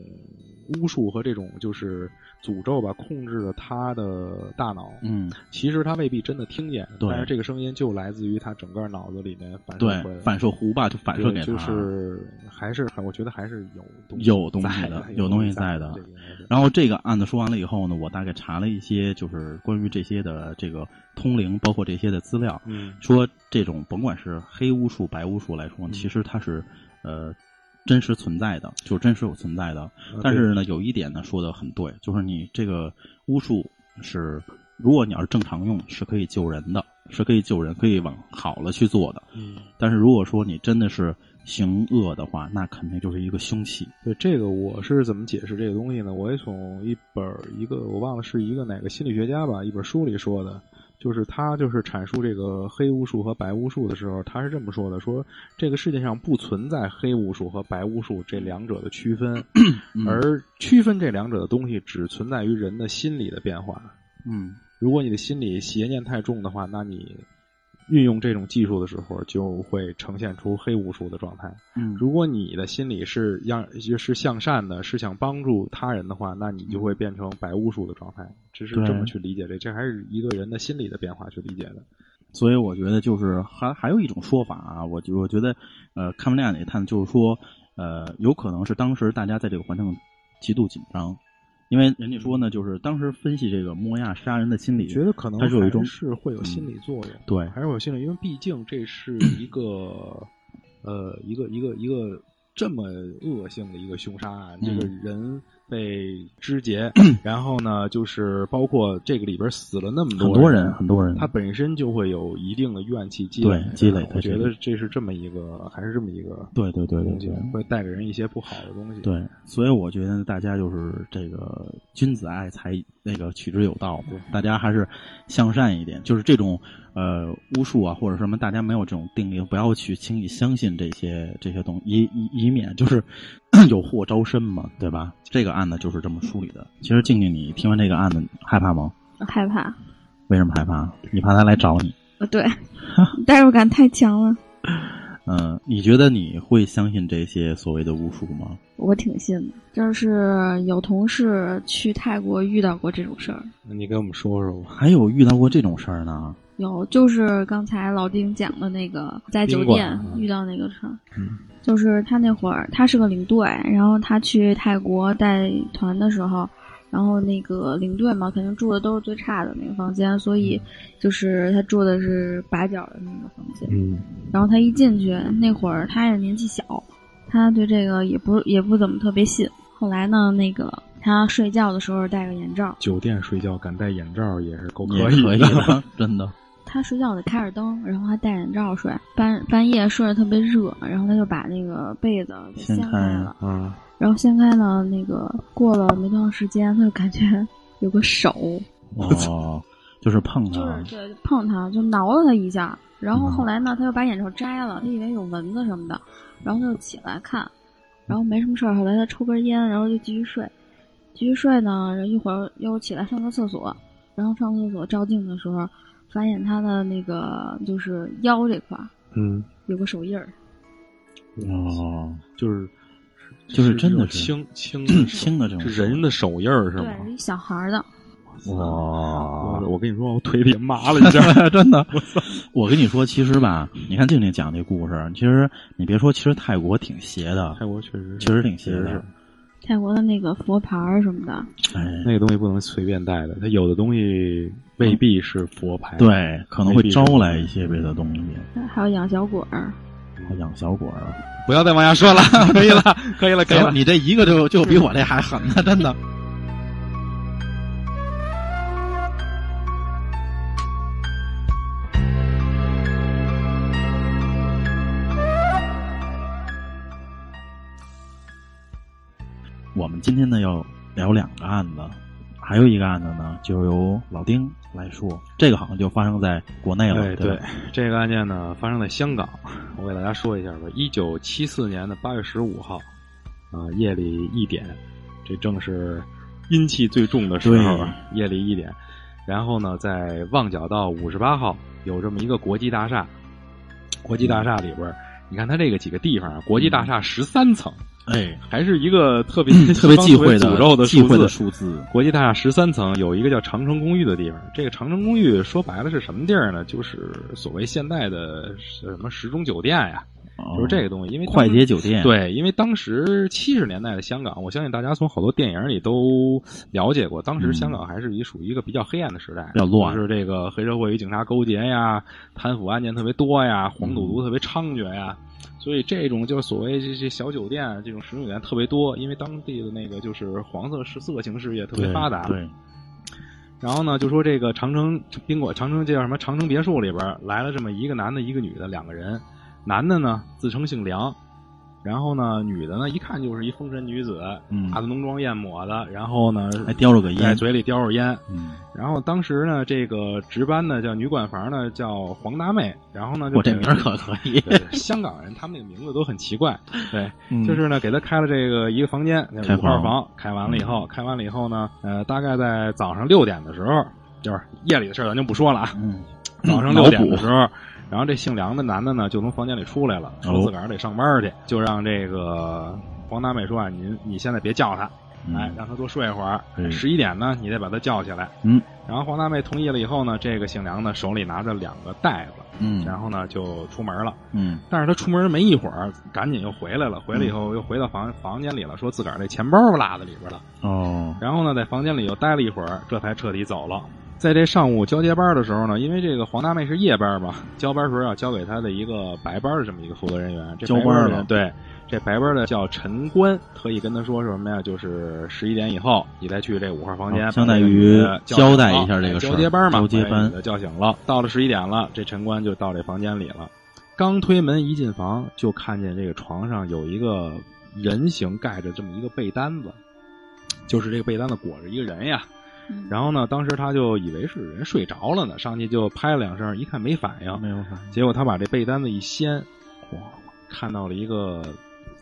Speaker 3: 巫术和这种就是诅咒吧，控制了他的大脑。
Speaker 4: 嗯，
Speaker 3: 其实他未必真的听见，
Speaker 4: 对
Speaker 3: 但是这个声音就来自于他整个脑子里面反射
Speaker 4: 对
Speaker 3: 回来，
Speaker 4: 反射弧吧，就反射
Speaker 3: 对
Speaker 4: 给他，
Speaker 3: 就是还是很，我觉得还是有东西
Speaker 4: 有东
Speaker 3: 东
Speaker 4: 西的
Speaker 3: 的，
Speaker 4: 有东
Speaker 3: 东
Speaker 4: 西在
Speaker 3: 在
Speaker 4: 的
Speaker 3: 这个应该是
Speaker 4: 然后这个案子说完了以后呢，我大概查了一些，就是关于这些的这个通灵，包括这些的资料，
Speaker 3: 嗯，
Speaker 4: 说这种甭管是黑巫术、白巫术来说，其实它是呃真实存在的，就是真实有存在的。
Speaker 3: 呃
Speaker 4: 但是呢，有一点呢说的很对，就是你这个巫术是，如果你要是正常用，是可以救人的，是可以救人，可以往好了去做的。
Speaker 3: 对嗯
Speaker 4: 但是如果说你真的是行恶的话，那肯定就是一个凶器。
Speaker 3: 对这个我是怎么解释这个东西呢？我也从一本儿一个我忘了是一个哪个心理学家吧，一本书里说的，就是他就是阐述这个黑巫术和白巫术的时候，他是这么说的：说这个世界上不存在黑巫术和白巫术这两者的区分，
Speaker 4: 嗯
Speaker 3: 而区分这两者的东西只存在于人的心理的变化。
Speaker 4: 嗯，
Speaker 3: 如果你的心理邪念太重的话，那你运用这种技术的时候，就会呈现出黑巫术的状态。
Speaker 4: 嗯
Speaker 3: 如果你的心理是让是向善的，是想帮助他人的话，那你就会变成白巫术的状态。只是
Speaker 4: 对
Speaker 3: 这么去理解这，这还是一个人的心理的变化去理解的。
Speaker 4: 所以我觉得就是还还有一种说法啊，我觉我觉得，呃，看不亮也看，就是说，呃，有可能是当时大家在这个环境极度紧张，因为人家说呢，就是当时分析这个莫亚杀人的心理，
Speaker 3: 觉得可能
Speaker 4: 它是有一种
Speaker 3: 还是会有心理作用，
Speaker 4: 对
Speaker 3: 还是会有心理，因为毕竟这 是一个呃一个一个一个这么恶性的一个凶杀案，这个
Speaker 4: 嗯
Speaker 3: 人被肢 解，然后呢，就是包括这个里边死了那么
Speaker 4: 很
Speaker 3: 多
Speaker 4: 多人很多人，
Speaker 3: 他本身就会有一定的怨气积累
Speaker 4: 对，积累
Speaker 3: 我
Speaker 4: 在
Speaker 3: 觉
Speaker 4: 这
Speaker 3: 得
Speaker 4: 里
Speaker 3: 这是这么一个，还是这么一个
Speaker 4: 对对对对
Speaker 3: 东西
Speaker 4: 对，
Speaker 3: 会带给人一些不好的东西。
Speaker 4: 对，所以我觉得大家就是这个君子爱财，那个取之有道嘛
Speaker 3: 对。
Speaker 4: 大家还是向善一点，就是这种呃巫术啊或者什么，大家没有这种定力，不要去轻易相信这些这些东西，以以以免就是 有祸招身嘛，对吧？这个案子就是这么梳理的。其实静静，你听完这个案子害怕吗？
Speaker 5: 我害怕。
Speaker 4: 为什么害怕？你怕他来找你？
Speaker 5: 呃，对， 代入感太强了，
Speaker 4: 嗯、你觉得你会相信这些所谓的巫术吗？
Speaker 5: 我挺信的。就是有同事去泰国遇到过这种事儿，
Speaker 3: 那你给我们说说吧。
Speaker 4: 还有遇到过这种事儿呢？
Speaker 5: 有，就是刚才老丁讲的那个，在酒
Speaker 3: 宾
Speaker 5: 店
Speaker 3: 馆嗯
Speaker 5: 遇到那个事儿，就是他那会儿他是个领队，然后他去泰国带团的时候，然后那个领队嘛，肯定住的都是最差的那个房间，所以
Speaker 3: 嗯
Speaker 5: 就是他住的是把角的那个房间。
Speaker 3: 嗯，
Speaker 5: 然后他一进去，那会儿他也年纪小，他对这个也不也不怎么特别信。后来呢，那个他睡觉的时候戴个眼罩，
Speaker 3: 酒店睡觉敢戴眼罩也是够
Speaker 4: 也
Speaker 3: 以
Speaker 4: 可以
Speaker 3: 的。
Speaker 4: 的， 真的。
Speaker 5: 他睡觉得开着灯，然后他戴眼罩睡，半半夜睡得特别热，然后他就把那个被子给
Speaker 4: 掀
Speaker 5: 掀
Speaker 4: 开
Speaker 5: 开了，
Speaker 3: 嗯，
Speaker 5: 然后掀开了那个过了没多长时间，他就感觉有个手，
Speaker 4: 哦， 就是碰
Speaker 5: 就
Speaker 4: 它
Speaker 3: 嗯
Speaker 5: 是，对碰他，就挠了他一下，然后后来呢，他又把眼罩摘了，他以为有蚊子什么的，然后他就起来看，然后没什么事儿，后来他抽根烟，然后就继续睡，继续睡呢，然后一会儿又起来上个厕所，然后上厕所照镜的时候，发现他的那个就是腰这块儿
Speaker 3: 嗯，
Speaker 5: 有个手印儿，
Speaker 4: 哦，
Speaker 3: 就是
Speaker 4: 就是真的
Speaker 3: 这种
Speaker 4: 是
Speaker 3: 轻轻的手
Speaker 4: 轻的这种
Speaker 3: 是人的手印儿是
Speaker 5: 对
Speaker 3: 吗，？
Speaker 5: 是一小孩儿的，
Speaker 4: 哇啊
Speaker 3: 我我跟你说，我腿里麻了一下。
Speaker 4: 真的，我跟你说，其实吧，你看静静讲这故事，其实你别说，其实泰国挺邪的，
Speaker 3: 泰哎国确实是
Speaker 4: 确实挺邪
Speaker 3: 确实
Speaker 4: 的
Speaker 3: 是。
Speaker 5: 泰国的那个佛牌儿什么的，
Speaker 4: 哎，
Speaker 3: 那个东西不能随便带的，它有的东西未必是佛牌，
Speaker 4: 对，可能会
Speaker 3: 没必
Speaker 4: 招
Speaker 3: 要
Speaker 4: 来一些别的东西，
Speaker 5: 还有养小鬼儿，
Speaker 4: 养小鬼儿。啊
Speaker 3: 不要再往下说了， 可以了，可以了，可以
Speaker 4: 行，
Speaker 3: 了。
Speaker 4: 你这一个就就比我这还狠
Speaker 3: 嗯
Speaker 4: 呢，真的。我们今天呢要聊两个案子，还有一个案子呢，就由老丁来说。这个好像就发生在国内了，
Speaker 3: 哎，
Speaker 4: 对
Speaker 3: 对
Speaker 4: 吧，
Speaker 3: 这个案件呢发生在香港，我给大家说一下吧。一九七四年的八月十五号，啊、夜里一点，这正是阴气最重的时候啊
Speaker 4: 对，
Speaker 3: 夜里一点。然后呢，在旺角道五十八号有这么一个国际大厦，国际大厦里边儿，你看它这个几个地方啊，国际大厦十三层，
Speaker 4: 哎，
Speaker 3: 还是一个特别、
Speaker 4: 嗯特别忌讳
Speaker 3: 诅咒的
Speaker 4: 忌讳的
Speaker 3: 字
Speaker 4: 数字，
Speaker 3: 国际大厦十三层有一个叫长城公寓的地方，这个长城公寓说白了是什么地儿呢？就是所谓现代的什么时钟酒店呀，就是这
Speaker 4: 个
Speaker 3: 个东西。因为当
Speaker 4: 啊快捷酒店，
Speaker 3: 对，因为当时七十年代的香港，我相信大家从好多电影里都了解过，当时香港还是一属于一个比较黑暗的时代，
Speaker 4: 嗯比较乱
Speaker 3: 就是这个黑社会与警察勾结呀，贪腐案件特别多呀，黄赌
Speaker 4: 嗯
Speaker 3: 毒特别猖獗呀。所以这种就是所谓这些小酒店啊，这种食品酒店特别多，因为当地的那个就是黄色是色情事业特别
Speaker 4: 对
Speaker 3: 发达，
Speaker 4: 对，
Speaker 3: 然后呢，就说这个长城宾馆、长城这叫什么长城别墅里边儿来了这么一个男的，一个女的，两个人。男的呢自称姓梁，然后呢女的呢一看就是一风尘女子，
Speaker 4: 嗯
Speaker 3: 化的浓妆艳抹的，然后呢
Speaker 4: 还叼着个
Speaker 3: 在
Speaker 4: 烟，
Speaker 3: 嘴里叼着烟。
Speaker 4: 嗯，
Speaker 3: 然后当时呢，这个值班的叫女管房呢叫黄大妹，然后呢就
Speaker 4: 我这
Speaker 3: 给
Speaker 4: 名儿可可以，
Speaker 3: 对对香港人他们那个名字都很奇怪，对，
Speaker 4: 嗯
Speaker 3: 就是呢，给他开了这个一个房间，
Speaker 4: 开
Speaker 3: 那五
Speaker 4: 房
Speaker 3: 号
Speaker 4: 嗯
Speaker 3: 房，开完了以后，开完了以后呢，呃，大概在早上六点的时候，就是夜里的事儿咱就不说了啊，
Speaker 4: 嗯，
Speaker 3: 早上六点
Speaker 4: 脑
Speaker 3: 的
Speaker 4: 补
Speaker 3: 时候，然后这姓梁的男的呢就从房间里出来了，说
Speaker 4: 哦
Speaker 3: 自个儿得上班去，就让这个黄大妹说啊，您你现在别叫他，哎，让他多睡一会儿
Speaker 4: 嗯，
Speaker 3: 十一点呢你得把他叫起来，
Speaker 4: 嗯，
Speaker 3: 然后黄大妹同意了以后呢，这个姓梁的手里拿着两个袋子，
Speaker 4: 嗯
Speaker 3: 然后呢就出门了。
Speaker 4: 嗯
Speaker 3: 但是他出门没一会儿，赶紧又回来了。回来以后又回到房房间里了，说自个儿这钱包落在里边了。
Speaker 4: 哦，
Speaker 3: 然后呢，在房间里又待了一会儿，这才彻底走了。在这上午交接班的时候呢，因为这个黄大妹是夜班嘛，交班时候要交给他的一个白班的这么一个负责人员。这
Speaker 4: 交
Speaker 3: 白
Speaker 4: 班
Speaker 3: 的
Speaker 4: 了
Speaker 3: 人对，这白班的叫陈官，特意跟他说是什么呀？就是十一点以后你再去这五号房间，
Speaker 4: 哦相
Speaker 3: 把
Speaker 4: 当
Speaker 3: 这个
Speaker 4: 于
Speaker 3: 女的叫醒
Speaker 4: 交代
Speaker 3: 了
Speaker 4: 一下这个
Speaker 3: 哎
Speaker 4: 事儿
Speaker 3: 交接班嘛，
Speaker 4: 交接
Speaker 3: 把这
Speaker 4: 班
Speaker 3: 女的叫醒了。到了十一点了，这陈官就到这房间里了。刚推门一进房，就看见这个床上有一个人形盖着这么一个被单子，就是这个被单子裹着一个人呀。
Speaker 5: 嗯
Speaker 3: 然后呢，当时他就以为是人睡着了呢，上去就拍了两声，一哦看没反应，
Speaker 4: 没有反应，
Speaker 3: 结果他把这被单子一掀，哇，看到了一个，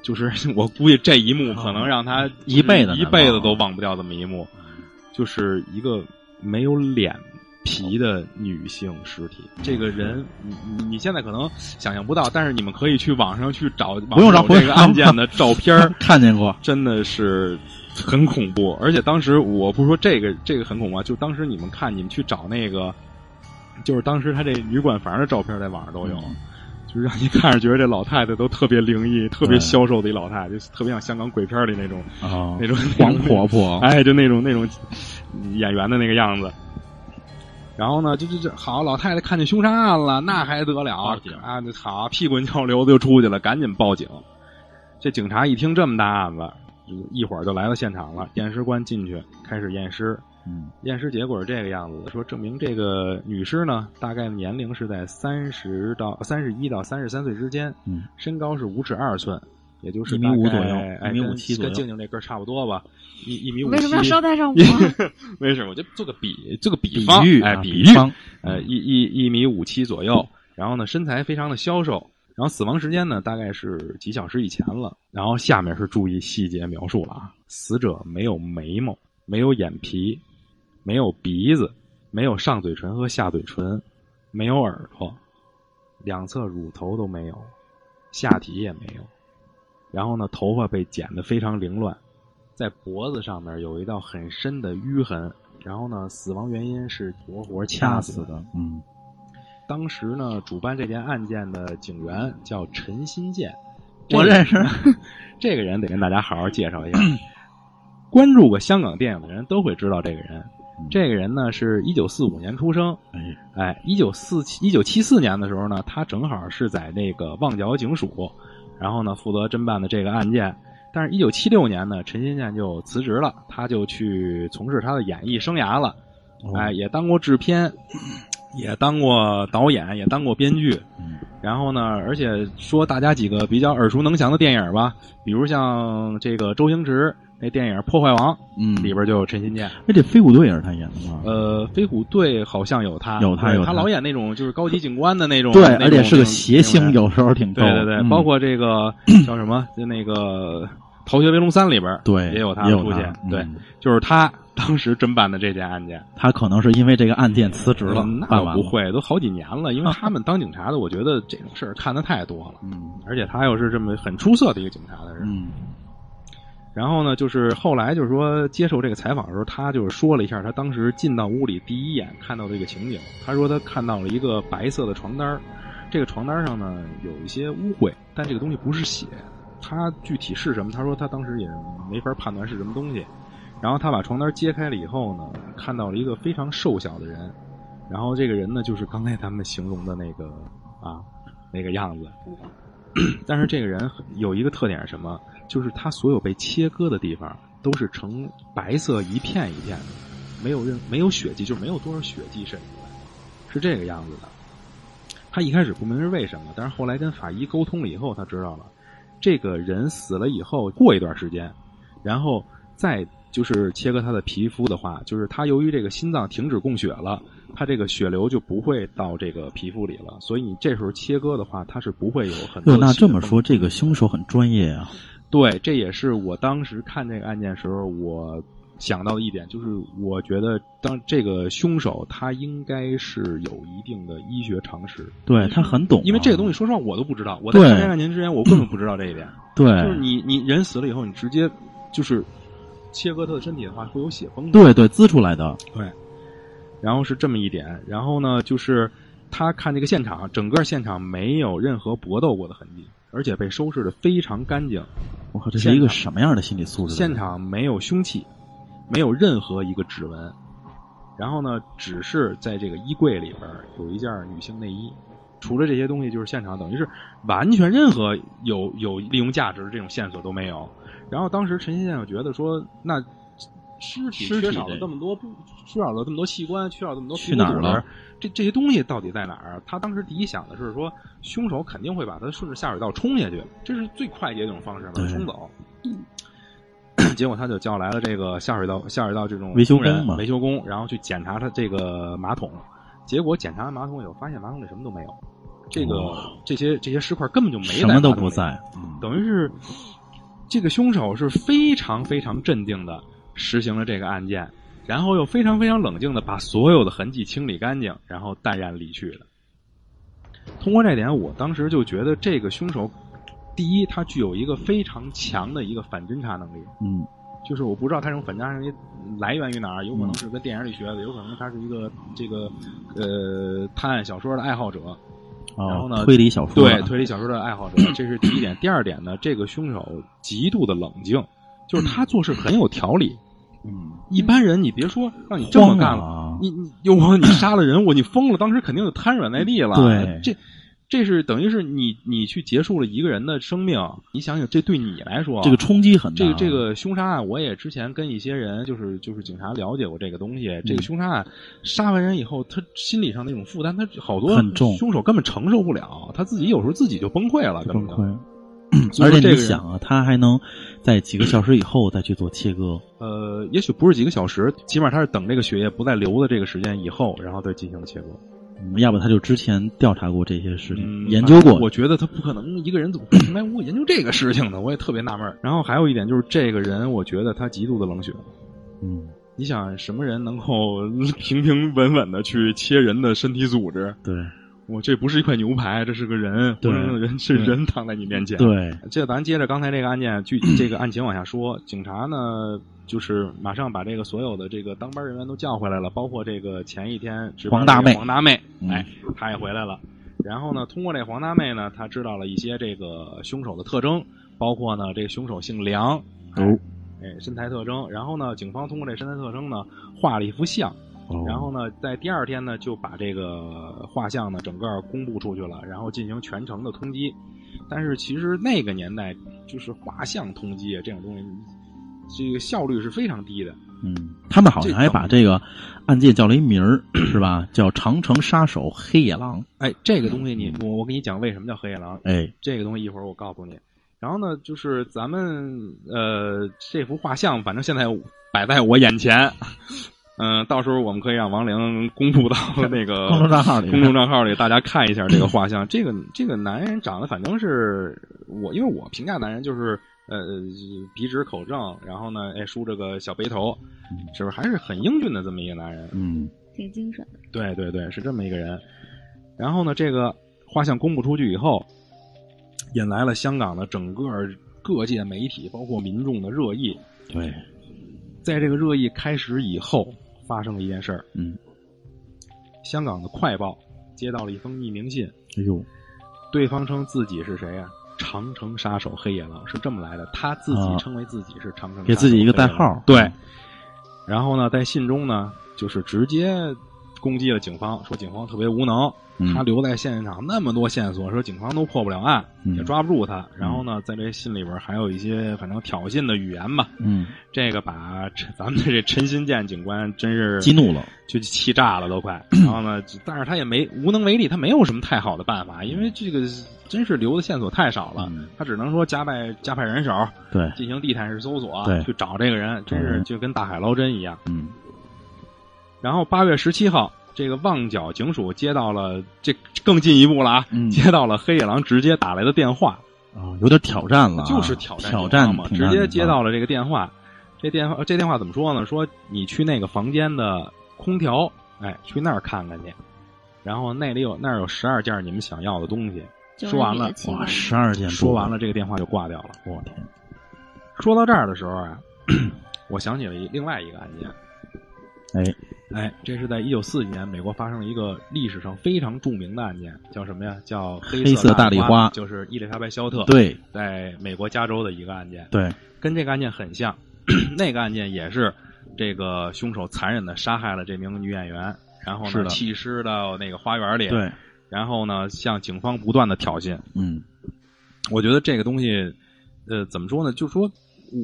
Speaker 3: 就是 我估计这一幕可能让他
Speaker 4: 一辈子难忘啊嗯
Speaker 3: 一辈子都忘不掉这么一幕，就是一个没有脸皮的女性尸体。这个人，你你你现在可能想象不到，但是你们可以去网上去找，
Speaker 4: 不用找
Speaker 3: 网上有这个
Speaker 4: 不用找
Speaker 3: 案件的照片儿
Speaker 4: 看见过，
Speaker 3: 真的是很恐怖。而且当时我不是说这个这个很恐怖啊，就当时你们看，你们去找那个，就是当时他这女管房的照片在网上都有。
Speaker 4: 嗯
Speaker 3: 就是让你看着觉得这老太太都特别灵异，特
Speaker 4: 对
Speaker 3: 别消瘦的一老太太，就特别像香港鬼片里那种
Speaker 4: 哦
Speaker 3: 那种
Speaker 4: 黄婆啊婆，
Speaker 3: 哎，就那种那种演员的那个样子。然后呢，就就就好，老太太看见凶杀案了，那还得了
Speaker 4: 报警
Speaker 3: 啊？好，屁滚尿流的就出去了，赶紧报警。这警察一听这么大案子，一会儿就来到现场了。验尸官进去开始验尸，
Speaker 4: 嗯
Speaker 3: 验尸结果是这个样子的，说证明这个女尸呢，大概年龄是在三十到三十一到三十三岁之间，
Speaker 4: 嗯，
Speaker 3: 身高是五尺二寸，也就是
Speaker 4: 一米五
Speaker 3: 大概
Speaker 4: 左右
Speaker 3: 哎，
Speaker 4: 一米
Speaker 3: 跟
Speaker 4: 57左
Speaker 3: 跟
Speaker 4: 右
Speaker 3: 静静这个差不多吧，一一米五七。
Speaker 5: 为什么要 捎带上我？啊
Speaker 3: 为什么？我就做个比，做个
Speaker 4: 比
Speaker 3: 比方，
Speaker 4: 喻
Speaker 3: 哎，
Speaker 4: 啊
Speaker 3: 比
Speaker 4: 比喻
Speaker 3: 方，呃，一一一米五七左右，然后呢，身材非常的消瘦，然后死亡时间呢大概是几小时以前了。然后下面是注意细节描述了啊，死者没有眉毛，没有眼皮，没有鼻子，没有上嘴唇和下嘴唇，没有耳朵，两侧乳头都没有，下体也没有。然后呢，头发被剪得非常凌乱，在脖子上面有一道很深的淤痕。然后呢，死亡原因是活活
Speaker 4: 掐
Speaker 3: 掐
Speaker 4: 死
Speaker 3: 死的。
Speaker 4: 的，嗯
Speaker 3: 当时呢，主办这件案件的警员叫陈新建，
Speaker 4: 我
Speaker 3: 这个
Speaker 4: 认识。
Speaker 3: 这个人，得跟大家好好介绍一下。关注过香港电影的人都会知道这个人。嗯这个人呢，是一九四五年出生，
Speaker 4: 哎
Speaker 3: 哎，一九四七一九七四年的时候呢，他正好是在那个旺角警署，然后呢负责侦办的这个案件。但是，一九七六年呢，陈新建就辞职了，他就去从事他的演艺生涯了。
Speaker 4: 哦
Speaker 3: 哎，也当过制片， 也当过导演，也当过编剧。
Speaker 4: 嗯
Speaker 3: 然后呢，而且说大家几个比较耳熟能详的电影吧，比如像这个周星驰那电影《破坏王》
Speaker 4: 嗯，
Speaker 3: 里边就有陈新建，
Speaker 4: 哎，这飞虎队也是他演的吗？
Speaker 3: 呃，飞虎队好像有他，
Speaker 4: 有他
Speaker 3: 对
Speaker 4: 有
Speaker 3: 他
Speaker 4: 他
Speaker 3: 老演那种就是高级警官的那种，
Speaker 4: 对，
Speaker 3: 那种
Speaker 4: 而且是个
Speaker 3: 那种
Speaker 4: 谐星，
Speaker 3: 那种
Speaker 4: 有时候挺逗
Speaker 3: 对对
Speaker 4: 的。
Speaker 3: 对，
Speaker 4: 嗯
Speaker 3: 包括这 个叫什么，就那个《逃学威龙三》里边，
Speaker 4: 对
Speaker 3: 也有
Speaker 4: 也有
Speaker 3: 出
Speaker 4: 他
Speaker 3: 现，对
Speaker 4: 嗯，
Speaker 3: 就是他当时侦办的这件案件。
Speaker 4: 他可能是因为这个案件辞职了
Speaker 3: 嗯，那
Speaker 4: 办
Speaker 3: 倒
Speaker 4: 完
Speaker 3: 不
Speaker 4: 了。啊
Speaker 3: 会，都好几年了，因为他们当警察的，我觉得这种事儿看的太多了，
Speaker 4: 嗯
Speaker 3: 而且他又是这么很出色的一个警察的人。
Speaker 4: 嗯
Speaker 3: 然后呢，就是后来就是说接受这个采访的时候，他就是说了一下他当时进到屋里第一眼看到这个情景，他说他看到了一个白色的床单儿，这个床单儿上呢有一些污秽，但这个东西不是血，他具体是什么，他说他当时也没法判断是什么东西。然后他把床单揭开了以后呢，看到了一个非常瘦小的人，然后这个人呢就是刚才咱们形容的那个啊那个样子，但是这个人很有一个特点是什么？就是他所有被切割的地方都是呈白色一片一片的，没有任没有血迹，就没有多少血迹渗出来，是这个样子的。他一开始不明白是为什么，但是后来跟法医沟通了以后，他知道了，这个人死了以后，过一段时间，然后再就是切割他的皮肤的话，就是他由于这个心脏停止供血了，他这个血流就不会到这个皮肤里了，所以你这时候切割的话，它是不会有很多
Speaker 4: 哟，
Speaker 3: 血的
Speaker 4: 那这么
Speaker 3: 风
Speaker 4: 说，这个凶手很专业啊！
Speaker 3: 对，这也是我当时看这个案件时候我想到的一点，就是我觉得当这个凶手他应该是有一定的医学常识，
Speaker 4: 对他很懂啊、
Speaker 3: 嗯因为这个东西说实话我都不知道，我在
Speaker 4: 对
Speaker 3: 看这个案件之前我根本不知道这一点，就
Speaker 4: 对
Speaker 3: 是你你人死了以后，你直接就是切割他的身体的话会有血崩的，
Speaker 4: 对对滋出来的，
Speaker 3: 对，然后是这么一点，然后呢，就是他看这个现场，整个现场没有任何搏斗过的痕迹，而且被收拾的非常干净。
Speaker 4: 我靠，这
Speaker 3: 现
Speaker 4: 是一个
Speaker 3: 场
Speaker 4: 什么样的心理素质？
Speaker 3: 现，场没有凶器，没有任何一个指纹。然后呢，只是在这个衣柜里边儿有一件女性内衣。除了这些东西，就是现场等于是完全任何有有利用价值的这种线索都没有。然后当时陈先生觉得说，那尸体
Speaker 4: 尸体
Speaker 3: 缺少了
Speaker 4: 这
Speaker 3: 这么多部，缺少了这么多器官，缺少了这么多
Speaker 4: 去哪儿
Speaker 3: 皮肤组织
Speaker 4: 了？
Speaker 3: 这这些东西到底在哪儿？啊他当时第一想的是说，凶手肯定会把他顺着下水道冲下去，这是最快捷的一种方式，把
Speaker 4: 对
Speaker 3: 他冲走。 结果他就叫来了这个下水道下水道这种
Speaker 4: 维修
Speaker 3: 工人
Speaker 4: 工嘛
Speaker 3: 维修工，然后去检查他这个马桶。结果检查完马桶以后，发现马桶里什么都没有，这个、
Speaker 4: 哇
Speaker 3: 这些这些尸块根本就没
Speaker 4: 什么都不
Speaker 3: 在马桶里，
Speaker 4: 在，嗯
Speaker 3: 等于是这个凶手是非常非常镇定的实行了这个案件，然后又非常非常冷静的把所有的痕迹清理干净，然后淡然离去的。通过这点，我当时就觉得这个凶手，第一，他具有一个非常强的一个反侦查能力，
Speaker 4: 嗯，
Speaker 3: 就是我不知道他这种反诈能力来源于哪儿，有可能是跟电影里学的，有可能他是一个这个呃探案小说的爱好者，然后
Speaker 4: 哦，
Speaker 3: 呢
Speaker 4: 推理小说
Speaker 3: 对
Speaker 4: 啊
Speaker 3: 推理小说的爱 好者，这是第一点。第二点呢，这个凶手极度的冷静，就是他做事很有条理。
Speaker 4: 嗯，
Speaker 3: 一般人你别说让你这么干
Speaker 4: 慌
Speaker 3: 了，
Speaker 4: 啊
Speaker 3: 你你有我你杀了人，我你疯了，当时肯定就瘫软在地了。
Speaker 4: 嗯
Speaker 3: 呃
Speaker 4: 对
Speaker 3: 这这是等于是你你去结束了一个人的生命，你想想这对你来说，
Speaker 4: 这个冲击很大
Speaker 3: 这
Speaker 4: 啊。
Speaker 3: 个这个凶杀案，我也之前跟一些人，就是就是警察了解过这个东西。
Speaker 4: 嗯
Speaker 3: 这个凶杀案，杀完人以后，他心理上那种负担，他好多
Speaker 4: 很重
Speaker 3: 凶手根本承受不了，他自己有时候自己就崩溃了，根
Speaker 4: 崩
Speaker 3: 本就。
Speaker 4: 溃。嗯
Speaker 3: 所以
Speaker 4: 而
Speaker 3: 说
Speaker 4: 且
Speaker 3: 这
Speaker 4: 你
Speaker 3: 个人
Speaker 4: 想啊，他还能在几个小时以后再去做切割，
Speaker 3: 呃，也许不是几个小时，起码他是等这个血液不再流的这个时间以后，然后再进行的切割。
Speaker 4: 嗯要不他就之前调查过这些事情，
Speaker 3: 嗯
Speaker 4: 研究过
Speaker 3: 我觉得他不可能一个人怎么会平白无故研究这个事情呢？我也特别纳闷儿。然后还有一点就是，这个人我觉得他极度的冷血。
Speaker 4: 嗯，
Speaker 3: 你想什么人能够 平平稳稳的去切人的身体组织？
Speaker 4: 对
Speaker 3: 我这不是一块牛排，这是个人，
Speaker 4: 对
Speaker 3: 活生生的人是
Speaker 4: 对
Speaker 3: 人躺在你面前。，
Speaker 4: 对，
Speaker 3: 这咱接着刚才这个案件， 具体这个案情往下说。警察呢，就是马上把这个所有的这个当班人员都叫回来了，包括这个前一天值班
Speaker 4: 黄大
Speaker 3: 的这个
Speaker 4: 妹
Speaker 3: 黄大妹，
Speaker 4: 嗯
Speaker 3: 哎，她也回来了。然后呢，通过这黄大妹呢，她知道了一些这个凶手的特征，包括呢，这个凶手姓梁，哎
Speaker 4: 哦
Speaker 3: 哎，身材特征。然后呢，警方通过这身材特征呢，画了一幅像。
Speaker 4: 哦
Speaker 3: 然后呢，在第二天呢，就把这个画像呢整个公布出去了，然后进行全程的通缉。但是其实那个年代，就是画像通缉这种东西，这个效率是非常低的。
Speaker 4: 嗯，他们好像还把这个案件叫了一名儿， 是吧？叫长城杀手黑野狼。
Speaker 3: 哎，这个东西你我我给你讲为什么叫黑野狼，
Speaker 4: 哎，
Speaker 3: 这个东西一会儿我告诉你。然后呢，就是咱们呃这幅画像，反正现在摆在我眼前，嗯、到时候我们可以让王玲公布到那个
Speaker 4: 公众账号 里
Speaker 3: 公众呃账号里大家看一下这个画像。这个这个男人长得反正是我，因为我评价男人就是呃鼻直口正，然后呢哎梳着个小背头，是不是还是很英俊的这么一个男人？
Speaker 4: 嗯，
Speaker 5: 挺精神的。
Speaker 3: 对对对，是这么一个人。然后呢，这个画像公布出去以后，引来了香港的整个各界媒体，包括民众的热议。
Speaker 4: 对，
Speaker 3: 在这个热议开始以后，发生了一件事儿。
Speaker 4: 嗯，
Speaker 3: 香港的快报接到了一封匿名信，
Speaker 4: 哎呦，
Speaker 3: 对方称自己是谁呀、啊长城杀手黑野狼是这么来的，他自己
Speaker 4: 啊
Speaker 3: 称为自己是长城杀手
Speaker 4: 给自己一个代
Speaker 3: 黑野狼
Speaker 4: 号
Speaker 3: 对
Speaker 4: 嗯。
Speaker 3: 然后呢，在信中呢，就是直接攻击了警方，说警方特别无能，
Speaker 4: 嗯
Speaker 3: 他留在现场那么多线索，说警方都破不了案，
Speaker 4: 嗯
Speaker 3: 也抓不住他。然后呢，在这信里边还有一些反正挑衅的语言吧，
Speaker 4: 嗯，
Speaker 3: 这个把陈咱们的这陈新建警官真是
Speaker 4: 激怒了，
Speaker 3: 就气炸了都 快。然后呢，但是他也没无能为力，他没有什么太好的办法，因为这个真是留的线索太少了，
Speaker 4: 嗯
Speaker 3: 他只能说加派加派人手
Speaker 4: 对，
Speaker 3: 进行地毯式搜索
Speaker 4: 对，
Speaker 3: 去找这个人，真是
Speaker 4: 嗯
Speaker 3: 就跟大海捞针一样。
Speaker 4: 嗯，
Speaker 3: 然后八月十七号，这个旺角警署接到了这更进一步了啊，
Speaker 4: 嗯
Speaker 3: 接到了黑野狼直接打来的电话，
Speaker 4: 啊，有点挑战了啊，
Speaker 3: 就是挑战
Speaker 4: 挑战
Speaker 3: 嘛，
Speaker 4: 挺
Speaker 3: 直
Speaker 4: 啊大
Speaker 3: 接
Speaker 4: 的
Speaker 3: 接到了这个电话。这电话这电话怎么说呢？说你去那个房间的空调，哎，去那儿看看去。然后那里有那儿有十二件你们想要的东西。
Speaker 5: 就
Speaker 3: 说
Speaker 5: 是
Speaker 3: 完
Speaker 5: 你
Speaker 3: 了
Speaker 5: 的器
Speaker 4: 哇，
Speaker 5: 官
Speaker 4: 十二点
Speaker 3: 说完了，，这个电话就挂掉了。
Speaker 4: 我天，
Speaker 3: 说到这儿的时候啊， 我想起了一另外一个案件。
Speaker 4: 哎，
Speaker 3: 哎，这是在一九四几年，美国发生了一个历史上非常著名的案件，叫什么呀？叫
Speaker 4: 黑色
Speaker 3: 色
Speaker 4: 大
Speaker 3: 丽
Speaker 4: 丽花
Speaker 3: 就是伊丽莎白·肖特
Speaker 4: 对
Speaker 3: 在美国加州的一个案件，
Speaker 4: 对，
Speaker 3: 跟这个案件很像。 那个案件也是这个凶手残忍的杀害了这名女演员，然后
Speaker 4: 是
Speaker 3: 呢
Speaker 4: 的
Speaker 3: 弃尸到那个花园里，
Speaker 4: 对，
Speaker 3: 然后呢向警方不断的挑衅。
Speaker 4: 嗯，
Speaker 3: 我觉得这个东西，呃，怎么说呢？就是说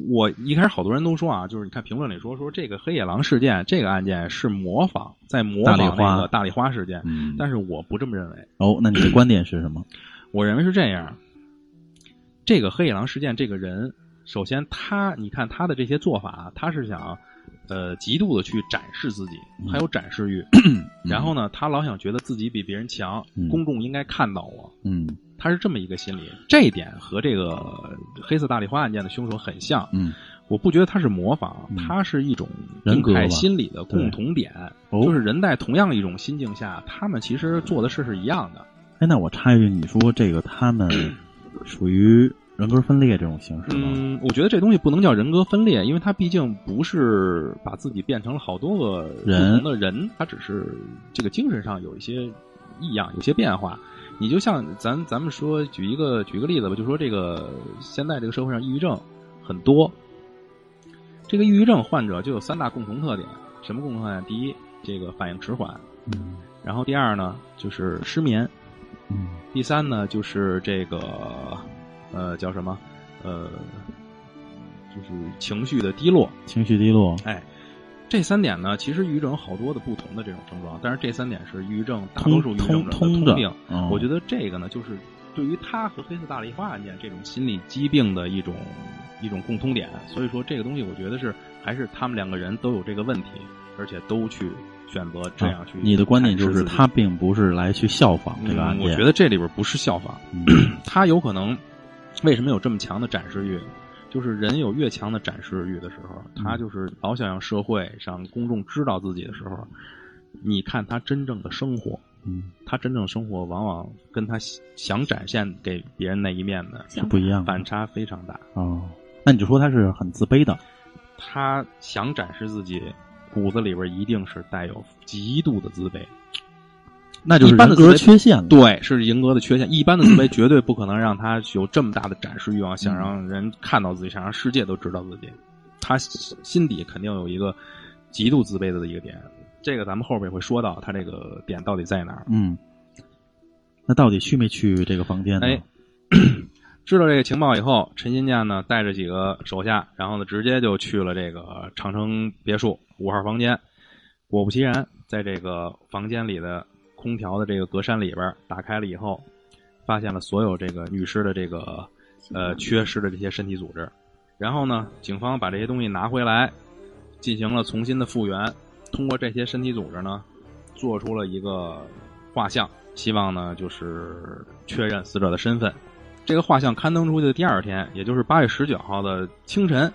Speaker 3: 我一开始好多人都说啊，就是你看评论里说说这个黑野狼事件，这个案件是模仿在模仿
Speaker 4: 大丽花
Speaker 3: 那个大丽花事件，
Speaker 4: 嗯
Speaker 3: 但是我不这么认为，
Speaker 4: 哦，那你的观点是什么？
Speaker 3: 我认为是这样。这个黑野狼事件，这个人首先他，你看他的这些做法，啊他是想，呃，极度的去展示自己，
Speaker 4: 嗯
Speaker 3: 他有展示欲，然后呢，他老想觉得自己比别人强，
Speaker 4: 嗯
Speaker 3: 公众应该看到我，
Speaker 4: 嗯
Speaker 3: 他是这么一个心理，这一点和这个黑色大丽花案件的凶手很像。
Speaker 4: 嗯，
Speaker 3: 我不觉得他是模仿，
Speaker 4: 嗯
Speaker 3: 他是一种
Speaker 4: 人格
Speaker 3: 病态
Speaker 4: 吧
Speaker 3: 心理的共
Speaker 4: 对
Speaker 3: 同点，
Speaker 4: 哦
Speaker 3: 就是人在同样一种心境下，他们其实做的事是一样的。
Speaker 4: 哎，那我插一句，你说这个 他们属于人格分裂这种形式吗？
Speaker 3: 嗯，我觉得这东西不能叫人格分裂，因为他毕竟不是把自己变成了好多个
Speaker 4: 人
Speaker 3: 不同的人，他只是这个精神上有一些异样，有些变化。你就像咱咱们说，举一个举一个例子吧，就说这个现在这个社会上抑郁症很多，这个抑郁症患者就有三大共同特点，什么共同特点？第一，这个反应迟缓；
Speaker 4: 嗯
Speaker 3: 然后第二呢，就是失眠；
Speaker 4: 嗯
Speaker 3: 第三呢，就是这个呃叫什么呃，就是情绪的低落。
Speaker 4: 情绪低落，
Speaker 3: 哎，这三点呢，其实抑郁症有好多的不同的这种症状，但是这三点是抑郁症大多
Speaker 4: 通
Speaker 3: 数抑郁症
Speaker 4: 通
Speaker 3: 者的
Speaker 4: 通
Speaker 3: 通病。
Speaker 4: 嗯
Speaker 3: 我觉得这个呢，就是对于他和黑色大丽花案件这种心理疾病的一种一种共通点。所以说，这个东西我觉得是还是他们两个人都有这个问题，而且都去选择这样去、
Speaker 4: 啊你的观点就是他。并不是来去效仿这个案
Speaker 3: 嗯，
Speaker 4: 件，
Speaker 3: 我觉得这里边不是效仿，
Speaker 4: 嗯
Speaker 3: 他有可能为什么有这么强的展示欲？就是人有越强的展示欲的时候，他就是老想让社会、让公众知道自己的时候，你看他真正的生活，
Speaker 4: 嗯
Speaker 3: 他真正生活往往跟他想展现给别人那一面的
Speaker 5: 想
Speaker 4: 不一样
Speaker 3: 反差非常大。
Speaker 4: 哦。那你就说他是很自卑的，
Speaker 3: 他想展示自己，骨子里边一定是带有极度的自卑，
Speaker 4: 那就是
Speaker 3: 一般
Speaker 4: 人
Speaker 3: 的
Speaker 4: 格
Speaker 3: 自卑
Speaker 4: 缺陷了。
Speaker 3: 对，是银哥的缺陷。一般的自卑绝对不可能让他有这么大的展示欲望，想让人看到自己，想让世界都知道自己。他心心底肯定有一个极度自卑的一个点，这个咱们后边会说到他这个点到底在哪儿。
Speaker 4: 嗯，那到底去没去这个房间呢？
Speaker 3: 哎，知道这个情报以后，陈新建呢带着几个手下，然后呢直接就去了这个长城别墅五号房间。果不其然，在这个房间里的空调的这个格栅里边打开了以后，发现了所有这个女尸的这个呃缺失的这些身体组织。然后呢，警方把这些东西拿回来，进行了重新的复原。通过这些身体组织呢，做出了一个画像，希望呢就是确认死者的身份。这个画像刊登出去的第二天，也就是八月十九号的清晨，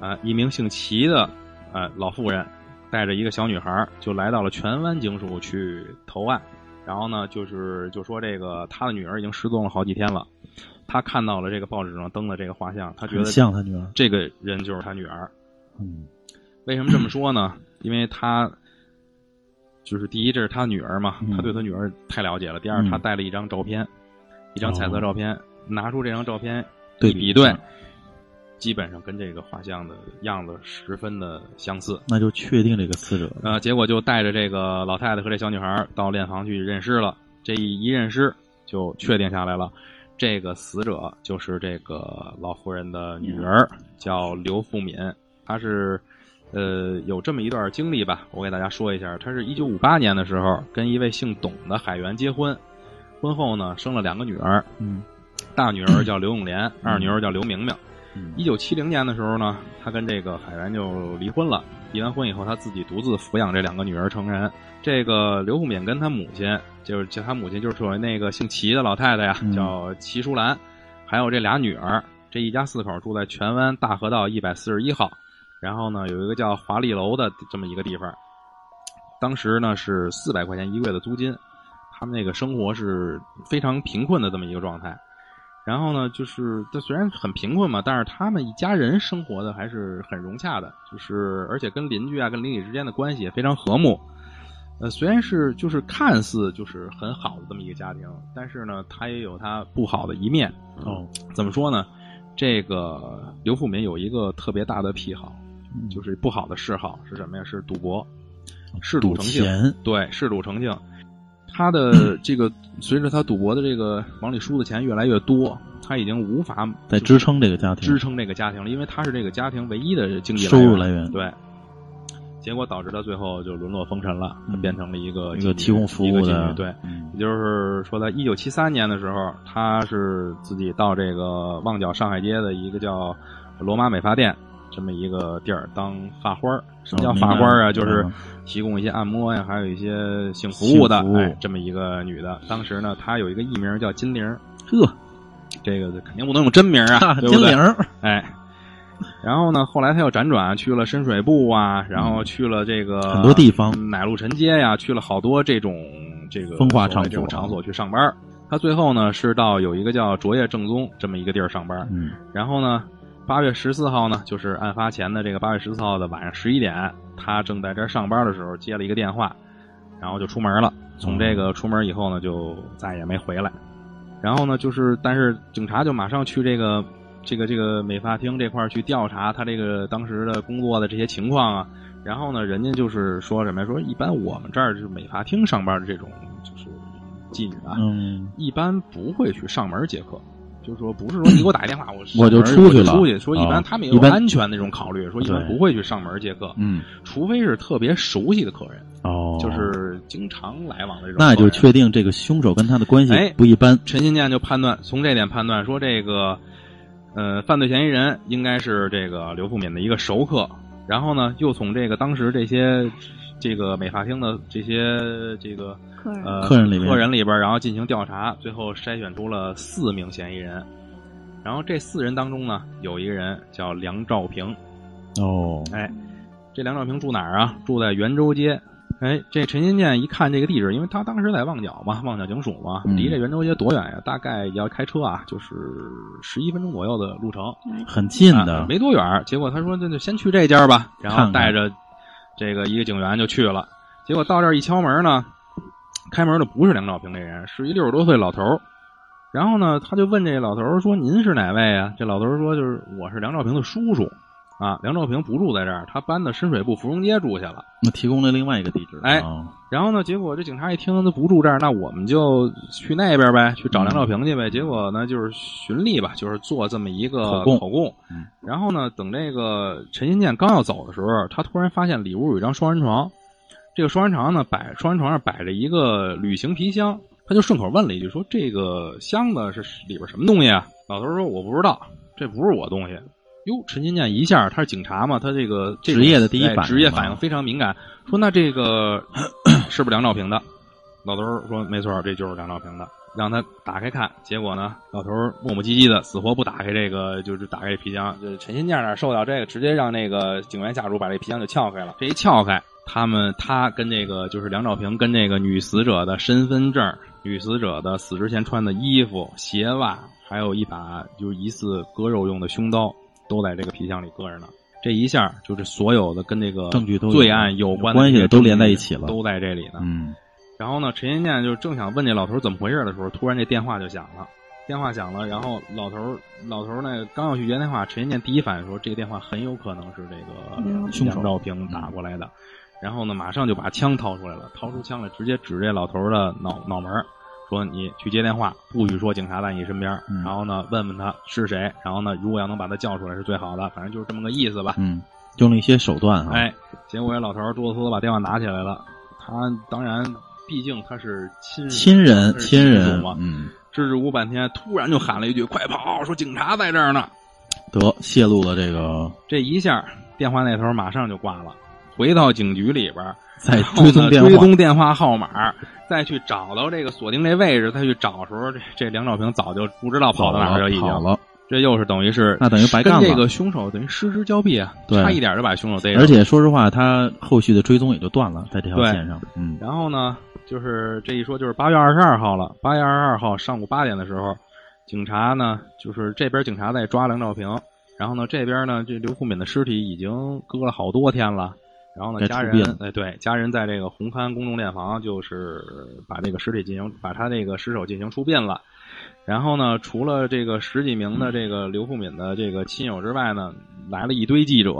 Speaker 3: 啊、一名姓齐的呃老妇人带着一个小女孩儿就来到了荃湾警署去投案。然后呢，就是就说这个她的女儿已经失踪了好几天了，她看到了这个报纸上登的这个画像，她觉得
Speaker 4: 很像她女儿
Speaker 3: 这个人就是她女儿。
Speaker 4: 嗯
Speaker 3: 为什么这么说呢？ 因为他就是第一，这是他女儿嘛，
Speaker 4: 嗯
Speaker 3: 他对他女儿太了解了；第二，
Speaker 4: 嗯哦
Speaker 3: 他带了一张照片，一张彩色照片，拿出这张照片
Speaker 4: 对
Speaker 3: 一
Speaker 4: 比
Speaker 3: 比
Speaker 4: 一
Speaker 3: 对
Speaker 4: 下，
Speaker 3: 基本上跟这个画像的样子十分的相似。
Speaker 4: 那就确定这个死者。
Speaker 3: 呃，结果就带着这个老太太和这小女孩儿到殓房去认尸了。这一一认尸就确定下来了，这个死者就是这个老妇人的女儿，叫刘富敏。她是呃有这么一段经历吧，我给大家说一下。她是一九五八年的时候跟一位姓董的海员结婚，婚后呢生了两个女儿，
Speaker 4: 嗯
Speaker 3: 大女儿叫刘永莲，二女儿叫刘明明。一
Speaker 4: 嗯
Speaker 3: 九七零年的时候呢，他跟这个海源就离婚了。离完婚以后，他自己独自抚养这两个女儿成人。这个刘富敏跟他母亲，就是就他母亲就是属于那个姓齐的老太太呀，
Speaker 4: 嗯
Speaker 3: 叫齐淑兰，还有这俩女儿，这一家四口住在荃湾大河道一百四十一号。然后呢，有一个叫华丽楼的这么一个地方，当时呢是四百块钱一个月的租金，他们那个生活是非常贫困的这么一个状态。然后呢，就是这虽然很贫困嘛，但是他们一家人生活的还是很融洽的，就是而且跟邻居啊、跟邻里之间的关系也非常和睦。呃，虽然是就是看似就是很好的这么一个家庭，但是呢，他也有他不好的一面。
Speaker 4: 哦，
Speaker 3: 怎么说呢？这个刘富民有一个特别大的癖好，
Speaker 4: 嗯
Speaker 3: 就是不好的嗜好是什么呀？是赌博，嗜赌
Speaker 4: 赌
Speaker 3: 成性。
Speaker 4: 钱，
Speaker 3: 对，嗜赌成性。他的这个随着他赌博的这个往里输的钱越来越多，他已经无法
Speaker 4: 在
Speaker 3: 就是
Speaker 4: 支撑这个家庭，
Speaker 3: 支撑这个家庭了，因为他是这个家庭唯一的经济
Speaker 4: 收入
Speaker 3: 来
Speaker 4: 来源
Speaker 3: 对，结果导致他最后就沦落风尘了，他
Speaker 4: 嗯
Speaker 3: 变成了一个
Speaker 4: 一
Speaker 3: 妓
Speaker 4: 个
Speaker 3: 女
Speaker 4: 提供服
Speaker 3: 一个
Speaker 4: 务
Speaker 3: 妓
Speaker 4: 的
Speaker 3: 女，对，
Speaker 4: 嗯
Speaker 3: 也就是说，在一九七三年的时候，他是自己到这个旺角上海街的一个叫罗马美发店这么一个地儿当发花儿。什么叫发花儿啊？
Speaker 4: 哦明白了
Speaker 3: 就是
Speaker 4: 明白了
Speaker 3: 提供一些按摩呀，还有一些性服务的
Speaker 4: 性服务
Speaker 3: 哎，这么一个女的。当时呢，她有一个艺名叫金玲儿，
Speaker 4: 呵，
Speaker 3: 这个肯定不能用真名儿啊，对
Speaker 4: 精
Speaker 3: 不对
Speaker 4: 灵儿，
Speaker 3: 哎。然后呢，后来他又辗转啊去了深水埗啊，然后去了这个
Speaker 4: 嗯很多地方
Speaker 3: 奶路陈街呀、去了好多这种这个
Speaker 4: 风化
Speaker 3: 所谓
Speaker 4: 场
Speaker 3: 这种
Speaker 4: 所啊
Speaker 3: 场所去上班儿。他最后呢是到有一个叫卓越正宗这么一个地儿上班儿，
Speaker 4: 嗯，
Speaker 3: 然后呢，八月十四号呢，就是案发前的这个八月十四号的晚上十一点，他正在这儿上班的时候接了一个电话，然后就出门了。从这个出门以后呢，就再也没回来。然后呢，就是但是警察就马上去这个这个这个美发厅这块儿去调查他这个当时的工作的这些情况啊。然后呢，人家就是说什么呀？说一般我们这儿就是美发厅上班的这种就是妓女啊，
Speaker 4: 嗯，
Speaker 3: 一般不会去上门接客。就是说，不是说你给我打一电 话，我
Speaker 4: 我就
Speaker 3: 上门
Speaker 4: 出去
Speaker 3: 我
Speaker 4: 了
Speaker 3: 出去说，一
Speaker 4: 啊
Speaker 3: 般他们也
Speaker 4: 一
Speaker 3: 有
Speaker 4: 般
Speaker 3: 安全那种考虑，说一般
Speaker 4: 对
Speaker 3: 不会去上门接客，
Speaker 4: 嗯，
Speaker 3: 除非是特别熟悉的客人，
Speaker 4: 哦，
Speaker 3: 就是经常来往的这种客人。
Speaker 4: 那就确定这个凶手跟他的关系
Speaker 3: 哎
Speaker 4: 不一般。
Speaker 3: 陈新建就判断，从这点判断说，这个呃犯罪嫌疑人应该是这个刘富敏的一个熟客。然后呢，又从这个当时这些这个美发厅的这些这个
Speaker 5: 客人
Speaker 3: 呃
Speaker 4: 客人里边
Speaker 3: 客人里边，然后进行调查，最后筛选出了四名嫌疑人。然后这四人当中呢，有一个人叫梁兆平，
Speaker 4: 哦，
Speaker 3: 哎，这梁兆平住哪儿啊？住在袁州街。哎，这陈新建一看这个地址，因为他当时在旺角嘛，旺角警署嘛，
Speaker 4: 嗯
Speaker 3: 离这袁州街多远呀、大概要开车啊，就是十一分钟左右的路程，
Speaker 4: 很近
Speaker 3: 啊
Speaker 4: 的，
Speaker 3: 没多远儿。结果他说那就先去这家吧，然
Speaker 4: 看
Speaker 3: 后
Speaker 4: 看
Speaker 3: 带着这个一个警员就去了。结果到这儿一敲门呢，开门的不是梁兆平这人，是一六十多岁老头儿。然后呢，他就问这老头儿说：“您是哪位啊？”这老头儿说：“就是我是梁兆平的叔叔。”啊，梁兆平不住在这儿，他搬到深水埗芙蓉街住去了。
Speaker 4: 那提供了另外一个地址。
Speaker 3: 哎
Speaker 4: 哦
Speaker 3: 然后呢，结果这警察一听他不住这儿，那我们就去那边呗，去找
Speaker 4: 嗯
Speaker 3: 梁兆平去呗。结果呢，就是循例吧，就是做这么一个
Speaker 4: 口供嗯
Speaker 3: 然后呢，等这个陈新建刚要走的时候，他突然发现里屋有一张双人床，这个双人床呢摆双人床上摆着一个旅行皮箱，他就顺口问了一句说：“这个箱子是里边什么东西啊？”老头说：“我不知道，这不是我东西。”哟，陈新建一下，他是警察嘛，他这个这种
Speaker 4: 职业的第一
Speaker 3: 哎
Speaker 4: 反应
Speaker 3: 职业
Speaker 4: 嘛
Speaker 3: 反应非常敏感，说那这个 是不是梁兆平的？老头儿说没错儿，这就是梁兆平的。让他打开看，结果呢，老头儿磨磨唧唧的，死活不打开这个，就是打开这皮箱。就是陈新建哪受到这个，直接让那个警员下属把这皮箱就撬开了。这一撬开，他们他跟这个就是梁兆平跟这个女死者的身份证、女死者的死之前穿的衣服、鞋袜，还有一把就是疑似割肉用的凶刀，都在这个皮箱里搁着呢。这一下就是所有的跟这个
Speaker 4: 证据都有
Speaker 3: 罪案有关的
Speaker 4: 有关系的
Speaker 3: 这些
Speaker 4: 都连在
Speaker 3: 证据
Speaker 4: 一起了
Speaker 3: 都在这里呢。
Speaker 4: 嗯，
Speaker 3: 然后呢，陈新建就正想问这老头儿怎么回事的时候，突然这电话就响了。电话响了，然后老头儿老头儿呢刚要去接电话，陈新建第一反应说这个电话很有可能是这个
Speaker 5: 嗯
Speaker 4: 凶手
Speaker 3: 梁兆平打过来的。然后呢，马上就把枪掏出来了，掏出枪来直接指这老头儿的脑脑门儿，说你去接电话，不许说警察在你身边儿。
Speaker 4: 嗯
Speaker 3: 然后呢，问问他是谁，然后呢，如果要能把他叫出来是最好的，反正就是这么个意思吧。
Speaker 4: 嗯，用了一些手段啊。，
Speaker 3: 哎，结果这老头儿哆哆嗦嗦把电话拿起来了。他当然，毕竟他是亲
Speaker 4: 亲人，
Speaker 3: 他是
Speaker 4: 亲人
Speaker 3: 属嘛，，
Speaker 4: 嗯，
Speaker 3: 支支吾吾半天，突然就喊了一句：“快跑！说警察在这儿呢
Speaker 4: 得泄露了 这个！”
Speaker 3: 这一下，电话那头马上就挂了。回到警局里边儿，
Speaker 4: 在
Speaker 3: 然后
Speaker 4: 追踪
Speaker 3: 呢
Speaker 4: 电话
Speaker 3: 追踪电话号码，再去找到这个锁定这位置，再去找的时候，这这梁兆平早就不知道跑到哪儿了，已经
Speaker 4: 跑了，
Speaker 3: 这又是等于是
Speaker 4: 那等于白干了
Speaker 3: 跟这个凶手等于失之交臂啊，
Speaker 4: 对
Speaker 3: 差一点就把凶手逮着了。
Speaker 4: 而且说实话，他后续的追踪也就断了，在这条
Speaker 3: 对
Speaker 4: 线上，嗯，
Speaker 3: 然后呢，就是这一说就是八月二十二号了。八月二十二号上午八点的时候，警察呢，就是这边警察在抓梁兆平，然后呢，这边呢，这刘富敏的尸体已经搁了好多天了。然后呢，
Speaker 4: 该
Speaker 3: 家
Speaker 4: 出
Speaker 3: 人
Speaker 4: 殡了
Speaker 3: 哎对，家人在这个红磡公众殓房，就是把这个尸体进行，把他这个尸首进行出殡了。然后呢，除了这个十几名的这个刘富敏的这个亲友之外呢，来了一堆记者。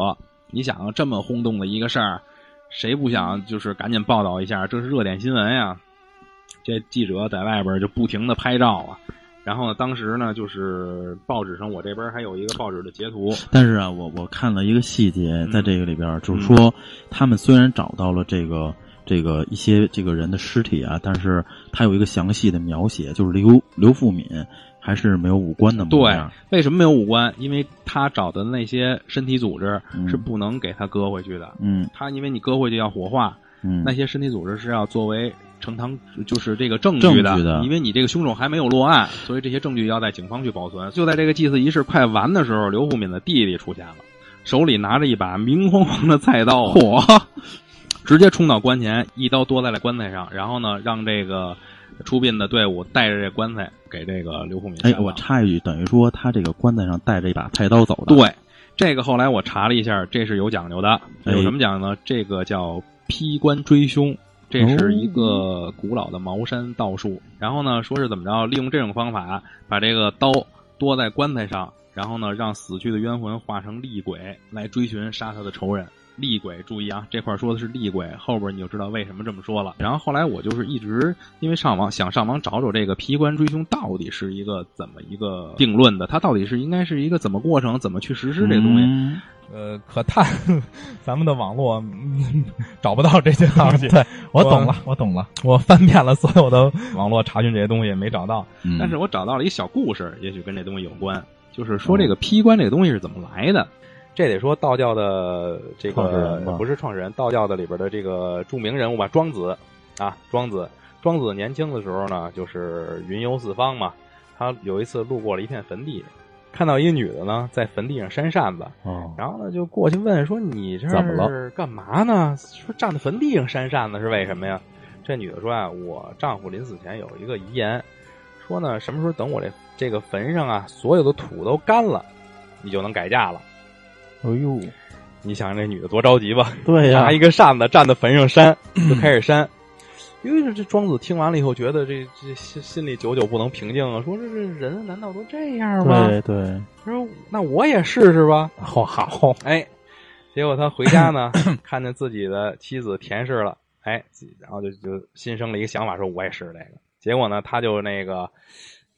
Speaker 3: 你想啊这么轰动的一个事儿，谁不想就是赶紧报道一下？这是热点新闻呀！这记者在外边就不停的拍照啊。然后呢，当时呢，就是报纸上我这边还有一个报纸的截图，
Speaker 4: 但是啊，我我看了一个细节，
Speaker 3: 嗯
Speaker 4: 在这个里边儿，就是说，他们虽然找到了这个这个一些这个人的尸体啊，但是他有一个详细的描写，就是刘刘富敏还是没有五官的模
Speaker 3: 对
Speaker 4: 样，，
Speaker 3: 为什么没有五官？因为他找的那些身体组织
Speaker 4: 嗯
Speaker 3: 是不能给他割回去的。
Speaker 4: 嗯
Speaker 3: 他因为你割回去要火化，
Speaker 4: 嗯，
Speaker 3: 那些身体组织是要作为呈堂，就是这个证据的。
Speaker 4: 证据的
Speaker 3: 因为你这个凶手还没有落案，所以这些证据要在警方去保存。就在这个祭祀仪式快完的时候，刘富敏的弟弟出现了，手里拿着一把明晃晃的菜刀啊，
Speaker 4: 嚯，
Speaker 3: 直接冲到棺前，一刀剁在了棺材上，然后呢，让这个出殡的队伍带着这棺材给这个刘富敏下
Speaker 4: 哎
Speaker 3: 葬。，
Speaker 4: 我插一句，等于说他这个棺材上带着一把菜刀走的，，
Speaker 3: 对，这个后来我查了一下，这是有讲究的。
Speaker 4: 哎
Speaker 3: 有什么讲究呢？这个叫劈棺追凶，这
Speaker 4: 哦
Speaker 3: 是一个古老的茅山道术。然后呢，说是怎么着，利用这种方法啊把这个刀剁在棺材上，然后呢，让死去的冤魂化成厉鬼来追寻杀他的仇人。厉鬼，注意啊，这块儿说的是厉鬼，后边你就知道为什么这么说了。然后后来我就是一直因为上网想上网找找这个皮官追凶到底是一个怎么一个定论的，它到底是应该是一个怎么过程，怎么去实施这个东西。
Speaker 4: 嗯
Speaker 6: 呃，可叹咱们的网络嗯
Speaker 7: 找不到这些东 西。
Speaker 6: 对
Speaker 7: 我
Speaker 6: 我
Speaker 7: 懂了，我懂了。
Speaker 6: 我翻遍了所有的网络查询这些东西，没找到。
Speaker 4: 嗯
Speaker 3: 但是我找到了一小故事，也许跟这东西有关，就是说这个披冠这个东西是怎么来的。哦这得说道教的这
Speaker 7: 创始人
Speaker 3: 个
Speaker 7: 吧
Speaker 3: 不是创始人，道教的里边的这个著名人物吧，庄子啊，庄子，庄子年轻的时候呢，就是云游四方嘛，他有一次路过了一片坟地，看到一女的呢在坟地上扇扇子，
Speaker 7: 哦，
Speaker 3: 然后呢，就过去问说：“你这
Speaker 7: 怎么
Speaker 3: 是干嘛呢？说站在坟地上扇扇子是为什么呀？”这女的说：“啊，我丈夫临死前有一个遗言，说呢，什么时候等我这这个坟上啊，所有的土都干了，你就能改嫁了。
Speaker 7: 哎呦，”
Speaker 3: 你想这女的多着急吧？
Speaker 7: 对哎呀
Speaker 3: 拿，一个扇子站在坟 上扇，就开始扇。因为这庄子听完了以后，觉得这这心心里久久不能平静啊，说这这人难道都这样吗？
Speaker 7: 对对，
Speaker 3: 他说：“那我也试试吧。”
Speaker 7: 好哦好，
Speaker 3: 哎，结果他回家 呢，看见自己的妻子田氏了，哎，然后就就心生了一个想法，说我也试这个。结果呢，他就那个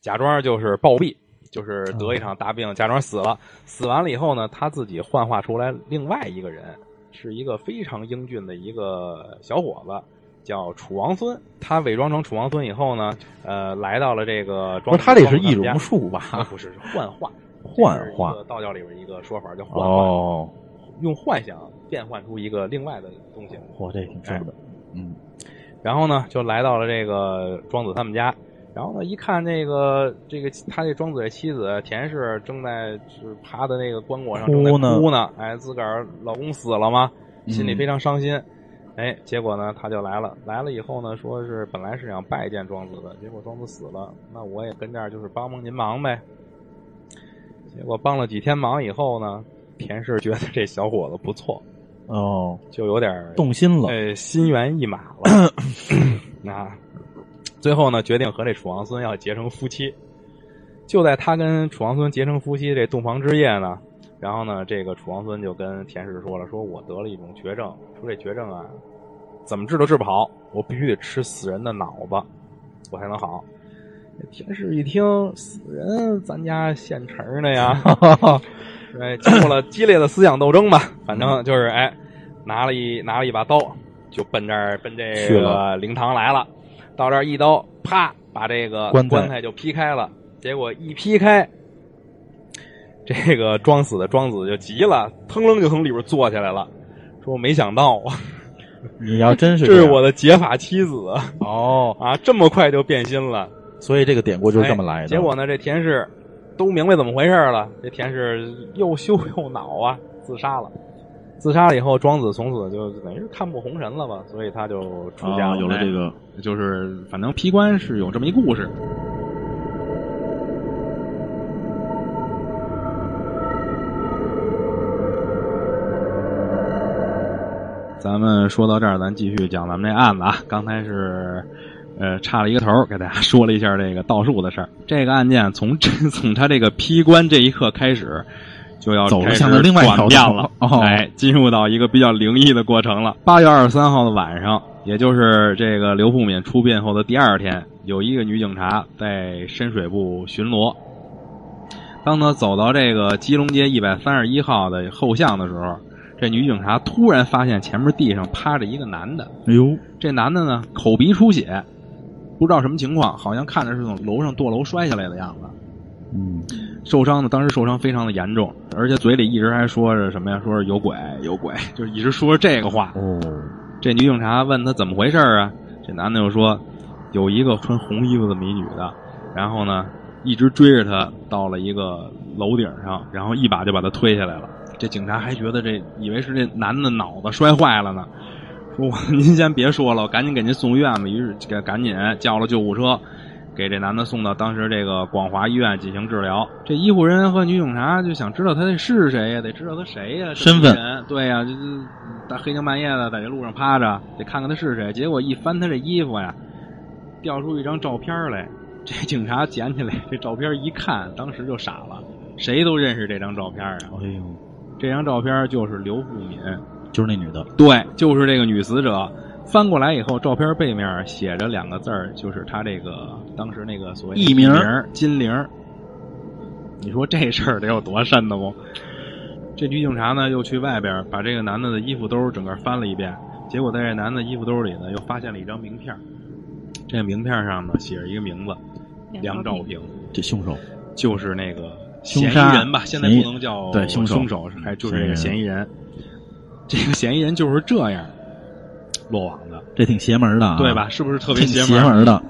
Speaker 3: 假装就是暴毙，就是得一场大病，假装死了。死完了以后呢，他自己幻化出来另外一个人，是一个非常英俊的一个小伙子。叫楚王孙，他伪装成楚王孙以后呢，呃，来到了这个
Speaker 7: 不
Speaker 3: 庄
Speaker 7: 是
Speaker 3: 子
Speaker 7: 他这是
Speaker 3: 庄子
Speaker 7: 易
Speaker 3: 们家
Speaker 7: 容术
Speaker 3: 啊，
Speaker 7: 吧？
Speaker 3: 不是是幻化，
Speaker 7: 幻
Speaker 3: 这是一
Speaker 7: 化
Speaker 3: 个道教里边一个说法叫幻化，
Speaker 7: 哦，
Speaker 3: 用幻想变换出一个另外的东西。
Speaker 7: 我这挺正的，
Speaker 3: 哎
Speaker 7: 嗯，
Speaker 3: 然后呢，就来到了这个庄子他们家。然后呢，一看这个这个他这庄子的妻子田氏正在就是趴在那个棺椁上正在
Speaker 7: 哭呢
Speaker 3: 哭呢，哎，自个儿老公死了嘛，心里
Speaker 7: 嗯
Speaker 3: 非常伤心。哎，结果呢，他就来了。来了以后呢，说是本来是想拜见庄子的，结果庄子死了，那我也跟这儿就是帮帮您忙呗。结果帮了几天忙以后呢，田氏觉得这小伙子不错，
Speaker 7: 哦，
Speaker 3: 就有点儿
Speaker 7: 动心了，
Speaker 3: 呃，心猿意马了。那最后呢，决定和这楚王孙要结成夫妻。就在他跟楚王孙结成夫妻这洞房之夜呢，然后呢，这个楚王孙就跟田氏说了，说我得了一种绝症，说这绝症啊，怎么治都治不好，我必须得吃死人的脑子，我才能好。田氏一听，死人，咱家现成儿的 呀，哎，经过了激烈的思想斗争吧，反正就是哎，拿了一拿了一把刀，就奔这儿奔这
Speaker 7: 去
Speaker 3: 个
Speaker 7: 了
Speaker 3: 灵堂来了，到这儿一刀，啪，把这个
Speaker 7: 棺材
Speaker 3: 棺材就劈开了，结果一劈开。这个装死的庄子就急了，腾楞就从里边坐起来了，说：“没想到啊，
Speaker 7: 你要真是
Speaker 3: 这
Speaker 7: 这
Speaker 3: 是
Speaker 7: 样
Speaker 3: 我的结发妻子
Speaker 7: 哦，
Speaker 3: 啊，这么快就变心了。”哎
Speaker 7: 所以这个典故就是这么来的。
Speaker 3: 结果呢，这田氏都明白怎么回事了，这田氏又羞又恼啊，自杀了。自杀了以后，庄子从此就等于是看破红尘了吧，所以他就出
Speaker 4: 哎
Speaker 3: 家
Speaker 4: 哦
Speaker 2: 啊，有了这个
Speaker 7: 哎
Speaker 3: 就是反正皮官是有这么一故事。咱们说到这儿，咱继续讲咱们这案子啊。刚才是，呃，差了一个头儿，给大家说了一下这个道术的事儿。这个案件从这 从他这个批官这一刻开始，就要
Speaker 4: 走
Speaker 3: 开始
Speaker 4: 向了另外一条
Speaker 3: 转
Speaker 4: 道
Speaker 3: 变了，
Speaker 4: 哦
Speaker 3: 哎，进入到一个比较灵异的过程 了。八月二十三号的晚上，也就是这个刘富敏出殡后的第二天，有一个女警察在深水埗巡逻。当她走到这个基隆街一百三十一号的后巷的时候，这女警察突然发现前面地上趴着一个男的，
Speaker 4: 哎呦，
Speaker 3: 这男的呢口鼻出血，不知道什么情况，好像看着是从楼上堕楼摔下来的样子。
Speaker 4: 嗯，
Speaker 3: 受伤呢，当时受伤非常的严重，而且嘴里一直还说着什么呀，说是有鬼有鬼， 就是一直说着这个话。
Speaker 7: 哦，
Speaker 3: 这女警察问他怎么回事儿啊？这男的又说，有一个穿红衣服的美女的，然后呢，一直追着他到了一个楼顶上，然后一把就把他推下来了。这警察还觉得这以为是这男的脑子摔坏了呢，说我您先别说了，我赶紧给您送医院吧。于是赶赶紧叫了救护车，给这男的送到当时这个广华医院进行治疗。这医护人员和女警察就想知道他这是谁呀，得知道他谁呀，
Speaker 4: 身份
Speaker 3: 这人对呀、这这大黑更半夜的在这路上趴着，得看看他是谁。结果一翻他这衣服呀，掉出一张照片来。这警察捡起来这照片一看，当时就傻了，谁都认识这张照片啊！
Speaker 4: 哎呦，
Speaker 3: 这张照片就是刘富敏
Speaker 4: 就是那女的，
Speaker 3: 对，就是这个女死者。翻过来以后，照片背面写着两个字儿，就是她这个当时那个所谓的
Speaker 4: 艺名
Speaker 3: 儿金玲儿。你说这事儿得有多瘆得慌？这女警察呢，又去外边儿把这个男的的衣服兜儿整个翻了一遍，结果在这男的衣服兜儿里呢，又发现了一张名片儿。这名片儿上呢，写着一个名字梁兆平，
Speaker 4: 这凶手
Speaker 3: 就是那个
Speaker 4: 凶
Speaker 3: 嫌
Speaker 4: 杀
Speaker 3: 疑人吧？现在
Speaker 4: 嫌疑
Speaker 3: 不能叫
Speaker 4: 对
Speaker 3: 凶
Speaker 4: 凶手嗯
Speaker 3: 还就是那个
Speaker 4: 嫌
Speaker 3: 嫌
Speaker 4: 疑
Speaker 3: 疑人。这个嫌疑人就是这样落网的。
Speaker 4: 这挺邪门的、啊，
Speaker 3: 对吧？？是不是特别
Speaker 4: 挺
Speaker 3: 邪
Speaker 4: 邪
Speaker 3: 儿？
Speaker 4: 门的，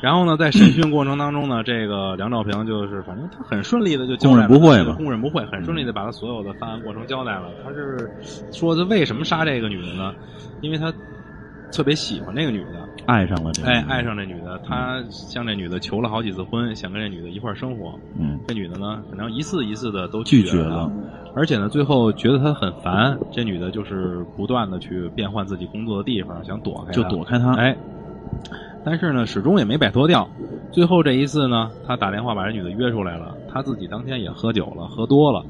Speaker 3: 然后呢，在审讯过程当中呢，这个梁兆平就是反正他很顺利的就交代了
Speaker 4: 供认不讳吧嗯
Speaker 3: 供认不讳，很顺利的把他所有的犯案过程交代了。他是说他为什么杀这个女的呢？因为他特别喜欢这个女的，
Speaker 4: 爱上了这个，
Speaker 3: 哎，爱，上这女的，他向这女的求了好几次婚，想跟这女的一块儿生活。
Speaker 4: 嗯，
Speaker 3: 这女的呢，可能一次一次的都
Speaker 4: 拒
Speaker 3: 绝
Speaker 4: 绝
Speaker 3: 了
Speaker 4: 了，
Speaker 3: 而且呢，最后觉得他很烦，这女的就是不断的去变换自己工作的地方，想躲开他，
Speaker 4: 就躲开他，
Speaker 3: 哎，但是呢，始终也没摆脱掉。最后这一次呢，他打电话把这女的约出来了，他自己当天也喝酒了，喝多了。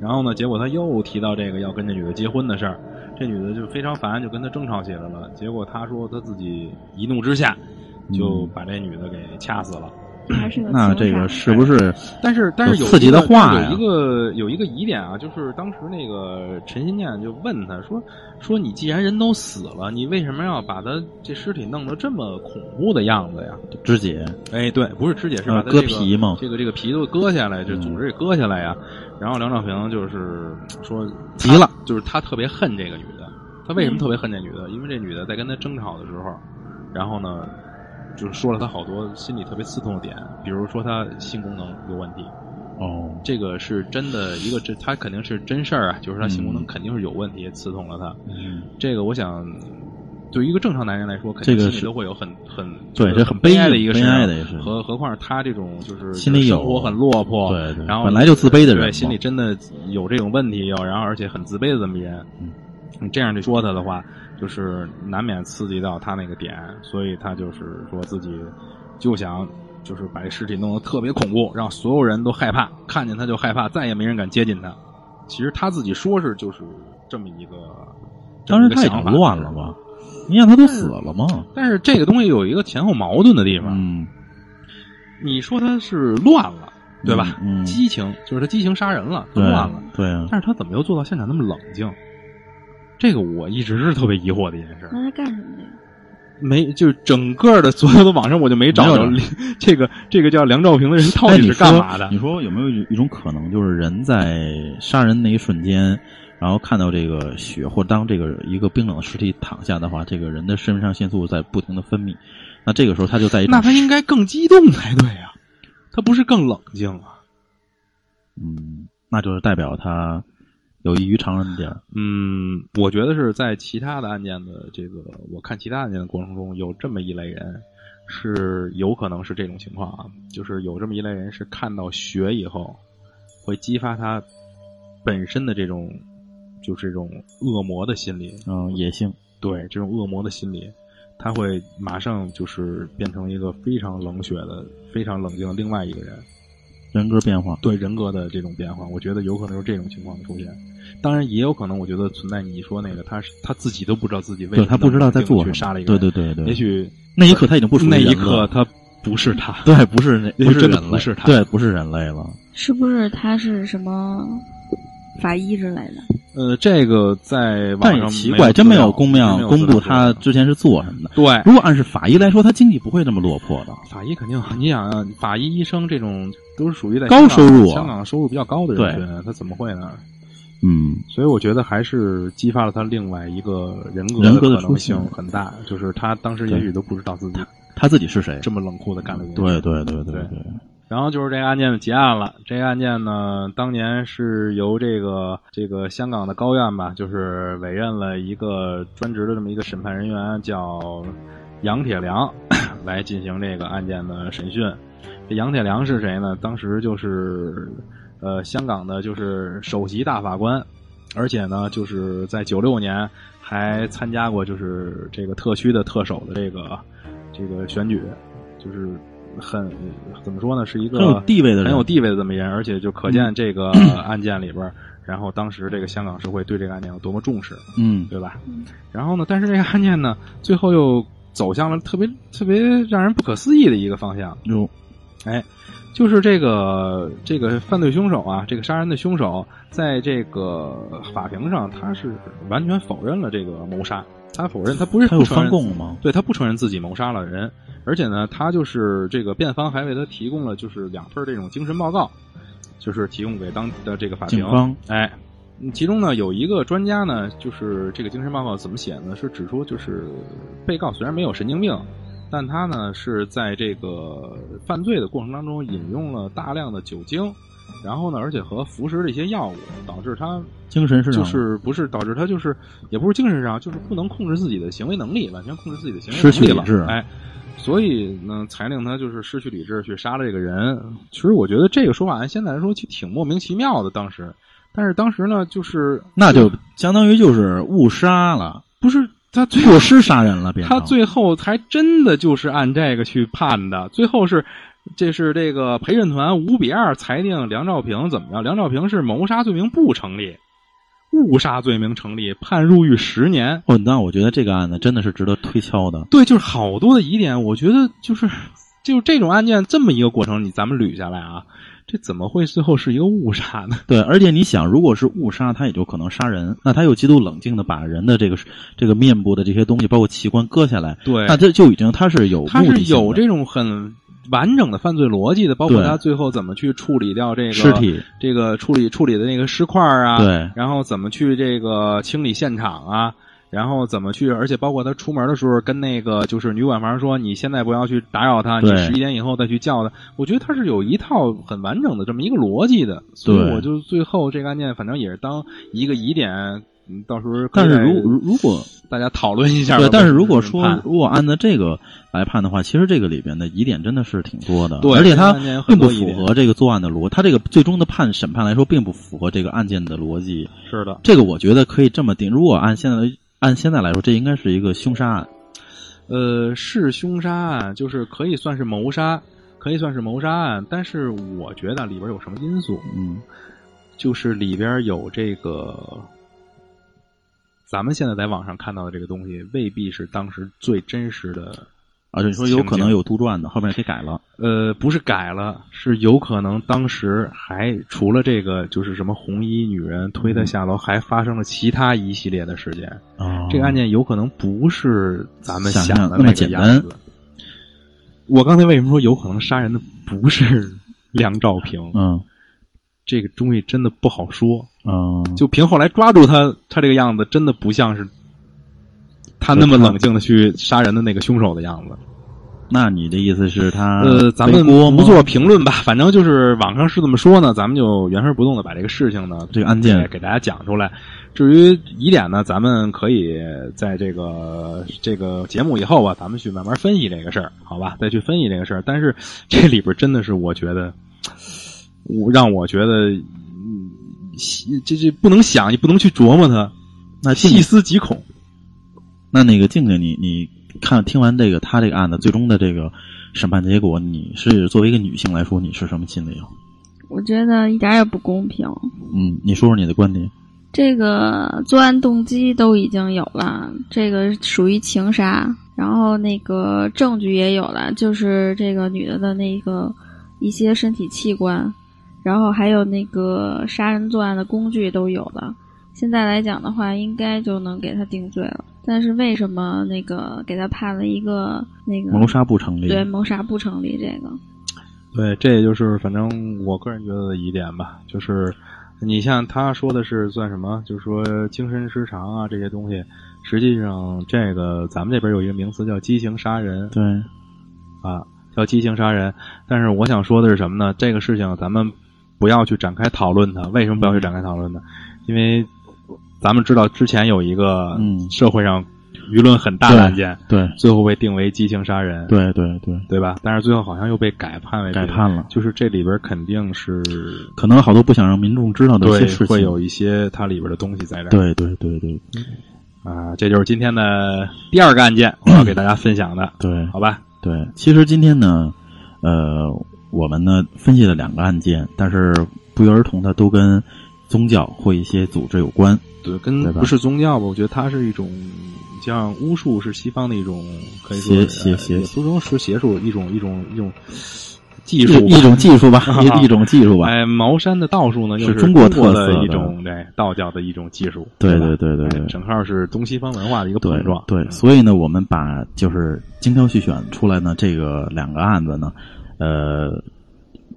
Speaker 3: 然后呢，结果他又提到这个要跟这女的结婚的事儿，这女的就非常烦，就跟他争吵起来了。结果他说他自己一怒之下
Speaker 4: 嗯
Speaker 3: 就把这女的给掐死了。
Speaker 5: 还是个
Speaker 4: 那这个是不是
Speaker 3: 哎但是但是有
Speaker 4: 有刺激的
Speaker 3: 一个
Speaker 4: 话呀
Speaker 3: 有一个有一个疑点啊，就是当时那个陈新建就问他说说你既然人都死了，你为什么要把他这尸体弄得这么恐怖的样子呀？
Speaker 4: 肢解？
Speaker 3: 哎，对，不是肢解，是
Speaker 4: 呃
Speaker 3: 把他这个
Speaker 4: 割皮吗
Speaker 3: 这个这个皮都割下来，这
Speaker 4: 嗯
Speaker 3: 组织给割下来呀。然后梁兆平就是说
Speaker 4: 急
Speaker 3: 他
Speaker 4: 了，
Speaker 3: 就是他特别恨这个女的。他为什么特别恨这女
Speaker 4: 嗯
Speaker 3: 的？因为这女的在跟他争吵的时候，然后呢，就是说了他好多心里特别刺痛的点，比如说他性功能有问题，
Speaker 4: 哦，
Speaker 3: 这个是真的一个真，他肯定是真事儿啊，就是他性功能
Speaker 4: 嗯
Speaker 3: 肯定是有问题，刺痛了他。
Speaker 4: 嗯，
Speaker 3: 这个我想，对于一个正常男人来说，肯
Speaker 4: 这
Speaker 3: 定
Speaker 4: 个
Speaker 3: 心里
Speaker 4: 是
Speaker 3: 都会有很很就
Speaker 4: 对
Speaker 3: 是
Speaker 4: 这
Speaker 3: 很
Speaker 4: 很悲
Speaker 3: 哀的
Speaker 4: 郁
Speaker 3: 一个
Speaker 4: 悲
Speaker 3: 事情
Speaker 4: 哀的也是
Speaker 3: 何何况是他这种就是
Speaker 4: 心里有
Speaker 3: 生活很落魄，
Speaker 4: 对对
Speaker 3: 然后
Speaker 4: 本来就自卑的人
Speaker 3: 对
Speaker 4: 嘛
Speaker 3: 心里真的有这种问题，要然后而且很自卑的这么一人，
Speaker 4: 嗯
Speaker 3: 你这样去说他的话，就是难免刺激到他那个点，所以他就是说自己就想。就是把这尸体弄得特别恐怖，让所有人都害怕，看见他就害怕，再也没人敢接近他。其实他自己说是就是这么一个，这
Speaker 4: 当
Speaker 3: 么
Speaker 4: 时
Speaker 3: 一个
Speaker 4: 他已
Speaker 3: 想
Speaker 4: 经
Speaker 3: 法
Speaker 4: 乱了吧？你想他都死了吗？
Speaker 3: 但是这个东西有一个前后矛盾的地方，
Speaker 4: 嗯，
Speaker 3: 你说他是乱了，对吧？
Speaker 4: 嗯嗯
Speaker 3: 激情就是他激情杀人了，他
Speaker 4: 对
Speaker 3: 乱了，
Speaker 4: 对啊，
Speaker 3: 但是他怎么又做到现场那么冷静？这个我一直是特别疑惑的一件事儿，
Speaker 5: 那他干什么的呀？
Speaker 3: 没就是整个的所有的网上我就没找到
Speaker 4: 没
Speaker 3: 这个这个叫梁兆平的人到
Speaker 4: 哎，
Speaker 3: 底
Speaker 4: 你
Speaker 3: 是
Speaker 4: 说
Speaker 3: 干嘛的
Speaker 4: 你？说有没有一一种可能，就是人在杀人那一瞬间，然后看到这个血，或当这个一个冰冷的尸体躺下的话，这个人的肾上腺素在不停的分泌，那这个时候他就在一种
Speaker 3: 那他应该更激动才对呀、他不是更冷静啊？
Speaker 4: 嗯，那就是代表他有异于常人的地儿。
Speaker 3: 嗯，我觉得是在其他的案件的这个，我看其他案件的过程中，有这么一类人，是有可能是这种情况啊，就是有这么一类人是看到血以后，会激发他本身的这种，就是这种恶魔的心理，
Speaker 4: 嗯，野性，
Speaker 3: 对这种恶魔的心理，他会马上就是变成一个非常冷血的、非常冷静的另外一个人，
Speaker 4: 人格变化，
Speaker 3: 对人格的这种变化，我觉得有可能是这种情况的出现。当然，也有可能，我觉得存在你说那个，他是他自己都不知道自己为什
Speaker 4: 对
Speaker 3: 么
Speaker 4: 他不知道在
Speaker 3: 那
Speaker 4: 做
Speaker 3: 么冷静地
Speaker 4: 什
Speaker 3: 去杀了一
Speaker 4: 么，
Speaker 3: 个
Speaker 4: 对
Speaker 3: 人，
Speaker 4: 对对对，
Speaker 3: 也许
Speaker 4: 那一刻他已经不属于
Speaker 3: 那
Speaker 4: 人
Speaker 3: 一刻
Speaker 4: 了
Speaker 3: 他不是他，
Speaker 4: 对，不是那
Speaker 3: 也许
Speaker 4: 不是
Speaker 3: 真
Speaker 4: 人
Speaker 3: 的
Speaker 4: 类，
Speaker 3: 不是他
Speaker 4: 对，不是人类了。
Speaker 5: 是不是他是什么法医之类的？
Speaker 3: 呃，这个在网
Speaker 4: 但也
Speaker 3: 上
Speaker 4: 奇怪，真
Speaker 3: 没
Speaker 4: 没
Speaker 3: 有资料
Speaker 4: 有公庙
Speaker 3: 真没有
Speaker 4: 公
Speaker 3: 资料
Speaker 4: 布他
Speaker 3: 说
Speaker 4: 之前是做什么的。
Speaker 3: 对
Speaker 4: 如果按是法医来说，他经济不会那么落魄的。
Speaker 3: 法医肯定， 你想啊，法医医生这种都是属于在香
Speaker 4: 高
Speaker 3: 港
Speaker 4: 收入啊
Speaker 3: 香港收入比较高的人群，他怎么会呢？
Speaker 4: 嗯，
Speaker 3: 所以我觉得还是激发了他另外一个人格
Speaker 4: 人格的
Speaker 3: 可能
Speaker 4: 出现
Speaker 3: 性很大，就是他当时也许都不知道自己
Speaker 4: 他自己是谁？
Speaker 3: 这么冷酷的干了一件事
Speaker 4: 对对对
Speaker 3: 对
Speaker 4: 对，
Speaker 3: 然后就是这个案件的结案了。这个案件呢，当年是由这个这个香港的高院吧，就是委任了一个专职的这么一个审判人员，叫杨铁良， 来进行这个案件的审讯。这杨铁良是谁呢？当时就是呃香港的就是首席大法官，而且呢，就是在九六年还参加过就是这个特区的特首的这个这个选举，就是很怎么说呢，是一个
Speaker 4: 很有地位的人嗯
Speaker 3: 很有地位的这么一人，而且就可见这 个案件里边儿，然后当时这个香港社会对这个案件有多么重视，
Speaker 4: 嗯，
Speaker 3: 对吧？然后呢，但是这个案件呢，最后又走向了特别特别让人不可思议的一个方向，
Speaker 4: 有
Speaker 3: 哎，就是这个这个犯罪凶手啊，这个杀人的凶手，在这个法庭上，他是完全否认了这个谋杀，他否认他不是
Speaker 4: 他有
Speaker 3: 不承认
Speaker 4: 翻供了吗？
Speaker 3: 对他不承认自己谋杀了人，而且呢，他就是这个辩方还为他提供了就是两份这种精神报告，就是提供给当的这个法庭。
Speaker 4: 警方
Speaker 3: 哎，嗯其中呢有一个专家呢，就是这个精神报告怎么写呢？是指出就是被告虽然没有神经病，但他呢是在这个犯罪的过程当中饮用了大量的酒精，然后呢而且和服食了一些药物，导致他
Speaker 4: 精神失常
Speaker 3: 就是不是导致他就是也不是精神上，就是不能控制自己的行为能力，完全控制自己的行为能力
Speaker 4: 失去理
Speaker 3: 了
Speaker 4: 智
Speaker 3: 哎。所以呢，才令他就是失去理智去杀了这个人。其实我觉得这个说法按现在来说，其实挺莫名其妙的。当时，但是当时呢，就是
Speaker 4: 那就相当于就是误杀了，
Speaker 3: 不是他最后
Speaker 4: 过失杀人了，变成
Speaker 3: 他最后还真的就是按这个去判的，最后是。这是这个陪审团五比二裁定梁兆平怎么样？梁兆平是谋杀罪名不成立，误杀罪名成立，判入狱十年。
Speaker 4: 哦，那我觉得这个案子真的是值得推敲的。
Speaker 3: 对，就是好多的疑点，我觉得就是就这种案件这么一个过程，你咱们捋下来啊，这怎么会最后是一个误杀呢？
Speaker 4: 对，而且你想，如果是误杀，他也就可能杀人，那他又极度冷静的把人的这个这个面部的这些东西，包括器官割下来，
Speaker 3: 对
Speaker 4: 那这就已经他是有
Speaker 3: 他
Speaker 4: 目
Speaker 3: 是
Speaker 4: 的性
Speaker 3: 有
Speaker 4: 的
Speaker 3: 这种很完整的犯罪逻辑的，包括
Speaker 4: 对
Speaker 3: 他最后怎么去处理掉这个
Speaker 4: 尸体，
Speaker 3: 这个处理处理的那个尸块啊，
Speaker 4: 对
Speaker 3: 然后怎么去这个清理现场啊。然后怎么去？而且包括他出门的时候，跟那个就是女管房说：“你现在不要去打扰他，你
Speaker 4: 对
Speaker 3: 十一点以后再去叫他。”我觉得他是有一套很完整的这么一个逻辑的，所
Speaker 4: 对
Speaker 3: 以我就最后这个案件，反正也是当一个疑点，嗯到时候可以
Speaker 4: 但是
Speaker 3: 再
Speaker 4: 如如如果
Speaker 3: 大家讨论一下吧，
Speaker 4: 对，但是如果说
Speaker 3: 判
Speaker 4: 如果按照这个来判的话，其实这个里边的疑点真的是挺多的，
Speaker 3: 对
Speaker 4: 而且它
Speaker 3: 这个案件有
Speaker 4: 并
Speaker 3: 很
Speaker 4: 不
Speaker 3: 多疑
Speaker 4: 符
Speaker 3: 点
Speaker 4: 合这个作案的逻，它这个最终的判审判来说，并不符合这个案件的逻辑。
Speaker 3: 是的，
Speaker 4: 这个我觉得可以这么定，如果按现在的按现在来说，这应该是一个凶杀案，
Speaker 3: 呃，是凶杀案，就是可以算是谋杀，可以算是谋杀案，但是我觉得里边有什么因素，
Speaker 4: 嗯，
Speaker 3: 就是里边有这个，咱们现在在网上看到的这个东西，未必是当时最真实的。
Speaker 4: 而且你说有可
Speaker 3: 情
Speaker 4: 能
Speaker 3: 景
Speaker 4: 有杜撰的，后面给改了。
Speaker 3: 呃，不是改了，是有可能当时还除了这个，就是什么红衣女人推他下楼，还发生了其他一系列的事件。
Speaker 4: 哦
Speaker 3: 这个案件有可能不是咱们
Speaker 4: 想象
Speaker 3: 的
Speaker 4: 那么
Speaker 3: 个
Speaker 4: 简
Speaker 3: 样
Speaker 4: 单
Speaker 3: 子。我刚才为什么说有可能杀人的不是 梁兆平？
Speaker 4: 嗯
Speaker 3: 这个东西真的不好说。
Speaker 4: 嗯，
Speaker 3: 就凭后来抓住他，他这个样子真的不像是他那么冷静的去杀人的那个凶手的样子。
Speaker 4: 那你的意思是他
Speaker 3: 呃，咱们
Speaker 4: 背锅吗
Speaker 3: 不做评论吧，反正就是网上是这么说呢，咱们就原封不动的把这个事情呢，
Speaker 4: 这个案件
Speaker 3: 给给大家讲出来。至于疑点呢，咱们可以在这个这个节目以后啊，咱们去慢慢分析这个事儿，好吧？再去分析这个事儿。但是这里边真的是我觉得，我让我觉得，嗯，细这这不能想，你不能去琢磨它，
Speaker 4: 那静
Speaker 3: 细思极恐。
Speaker 4: 那那个静静，你你看听完这个他这个案子最终的这个审判结果，你是作为一个女性来说，你是什么心理啊？
Speaker 5: 我觉得一点儿也不公平。
Speaker 4: 嗯，你说说你的观点。
Speaker 5: 这个作案动机都已经有了，这个属于情杀，然后那个证据也有了，就是这个女的的那个一些身体器官，然后还有那个杀人作案的工具都有了。现在来讲的话，应该就能给他定罪了。但是为什么那个给他判了一个那个
Speaker 4: 谋杀不成立。
Speaker 5: 对谋杀不成立？这个
Speaker 3: 对，这也就是反正我个人觉得的疑点吧，就是你像他说的是算什么，就是说精神失常啊这些东西，实际上这个咱们这边有一个名词叫激情杀人
Speaker 4: 对
Speaker 3: 啊，叫激情杀人。但是我想说的是什么呢？这个事情咱们不要去展开讨论它，为什么不要去展开讨论它？因为咱们知道之前有一个
Speaker 4: 嗯
Speaker 3: 社会上舆论很大的案件，
Speaker 4: 对
Speaker 3: 最后被定为激情杀人，
Speaker 4: 对对对，
Speaker 3: 对吧？但是最后好像又被改判为
Speaker 4: 改判了
Speaker 3: 就是这里边肯定是
Speaker 4: 可能好多不想让民众知道的一些事
Speaker 3: 对
Speaker 4: 情。
Speaker 3: 会有一些它里边的东西在这儿。
Speaker 4: 对对对对
Speaker 3: 啊，这就是今天 的第二个案件，我要给大家分享的，
Speaker 4: 对
Speaker 3: 好吧？
Speaker 4: 对。其实今天呢，呃，我们呢分析了两个案件，但是不约而同的都跟宗教或一些组织有关。
Speaker 3: 对，跟
Speaker 4: 对吧
Speaker 3: 不是宗教吧，我觉得它是一种，像巫术是西方的一种，可以说
Speaker 4: 邪
Speaker 3: 是呃
Speaker 4: 邪邪
Speaker 3: 也不能说邪术，一种一种一种技术吧，
Speaker 4: 一一种技术 吧，一一种技术吧。
Speaker 3: 哎，茅山的道术呢，又
Speaker 4: 是
Speaker 3: 中
Speaker 4: 中国特色
Speaker 3: 的
Speaker 4: 的
Speaker 3: 一种对道教的一种技术，
Speaker 4: 对
Speaker 3: 吧
Speaker 4: 对对对
Speaker 3: 哎
Speaker 4: 对
Speaker 3: 整号是东西方文化的一个碰
Speaker 4: 对
Speaker 3: 撞，嗯
Speaker 4: 对，所以呢，我们把就是精挑细选出来呢，这个两个案子呢，呃，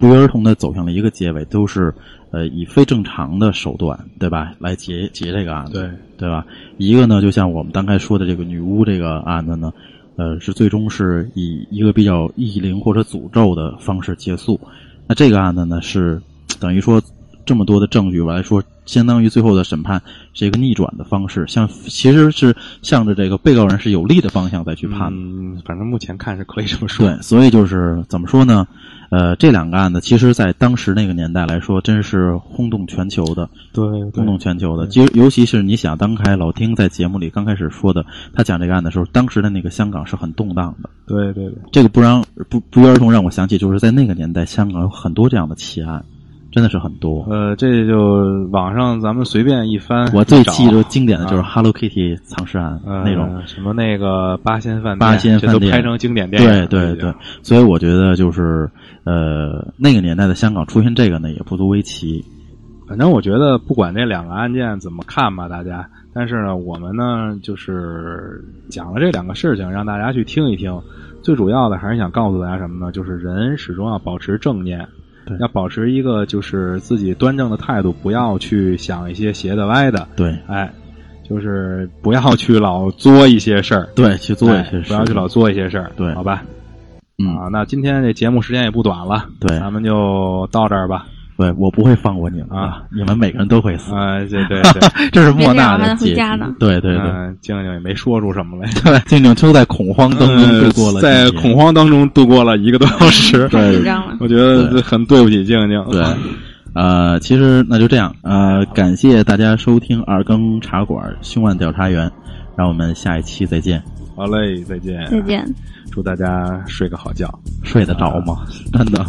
Speaker 4: 不约而同的走向了一个结尾，都是呃以非正常的手段，对吧，来结结这个案子，
Speaker 3: 对
Speaker 4: 对吧？一个呢，就像我们刚才说的这个女巫这个案子呢，呃，是最终是以一个比较异灵或者诅咒的方式结束。那这个案子呢，是等于说这么多的证据来说，相当于最后的审判是一个逆转的方式，像其实是向着这个被告人是有利的方向再去判的。
Speaker 3: 嗯，反正目前看是可以这么说，
Speaker 4: 对，所以就是怎么说呢？呃，这两个案子其实，在当时那个年代来说，真是轰动全球的。
Speaker 3: 对
Speaker 4: 轰动全球的，其实尤其是你想，刚开老丁在节目里刚开始说的，他讲这个案的时候，当时的那个香港是很动荡的。
Speaker 3: 对对对，
Speaker 4: 这个不让不不约而同让我想起，就是在那个年代，香港有很多这样的奇案，真的是很多。
Speaker 3: 呃，这就网上咱们随便一翻，
Speaker 4: 我最
Speaker 3: 一找
Speaker 4: 记得经典的就是
Speaker 3: 啊
Speaker 4: Hello Kitty 藏尸案、
Speaker 3: 呃
Speaker 4: 那种，
Speaker 3: 什么那个八仙饭店，
Speaker 4: 八仙
Speaker 3: 这
Speaker 4: 饭
Speaker 3: 都
Speaker 4: 店
Speaker 3: 拍成经典电影
Speaker 4: 对
Speaker 3: 了，
Speaker 4: 对
Speaker 3: 已经
Speaker 4: 对，，所以我觉得就是呃那个年代的香港出现这个呢，也不足为奇。
Speaker 3: 反正我觉得不管这两个案件怎么看吧，大家，但是呢，我们呢就是讲了这两个事情，让大家去听一听。最主要的还是想告诉大家什么呢？就是人始终要保持正念，要保持一个就是自己端正的态度，不要去想一些邪的歪的，
Speaker 4: 对
Speaker 3: 哎，就是不要去老作一些事儿，
Speaker 4: 对，去做一些
Speaker 3: 哎
Speaker 4: 事，
Speaker 3: 不要去老做一些事儿，
Speaker 4: 对
Speaker 3: 好吧？
Speaker 4: 嗯
Speaker 3: 啊，那今天这节目时间也不短了，
Speaker 4: 对
Speaker 3: 咱们就到这儿吧。
Speaker 4: 对，我不会放过你们的
Speaker 3: 啊，
Speaker 4: 你们每个人都会死。
Speaker 3: 啊，对 对对。
Speaker 4: 这是莫纳
Speaker 5: 别这样还
Speaker 4: 的
Speaker 5: 得回
Speaker 4: 结
Speaker 5: 家
Speaker 4: 局
Speaker 5: 呢。
Speaker 4: 对对对，
Speaker 3: 嗯，静静也没说出什么 来，
Speaker 4: 对，静静秋在恐慌当中度过了
Speaker 3: 嗯
Speaker 4: 几
Speaker 3: 在
Speaker 4: 年，
Speaker 3: 恐慌当中度过了一个多小 时，
Speaker 5: 太紧张了。
Speaker 3: 我觉得这很对不起静静。
Speaker 4: 对。呃，其实那就这样，呃，感谢大家收听二更茶馆凶案调查员，让我们下一期再见。
Speaker 3: 好嘞，再见，
Speaker 5: 再见。
Speaker 3: 祝大家睡个好觉。
Speaker 4: 睡得着吗？真的。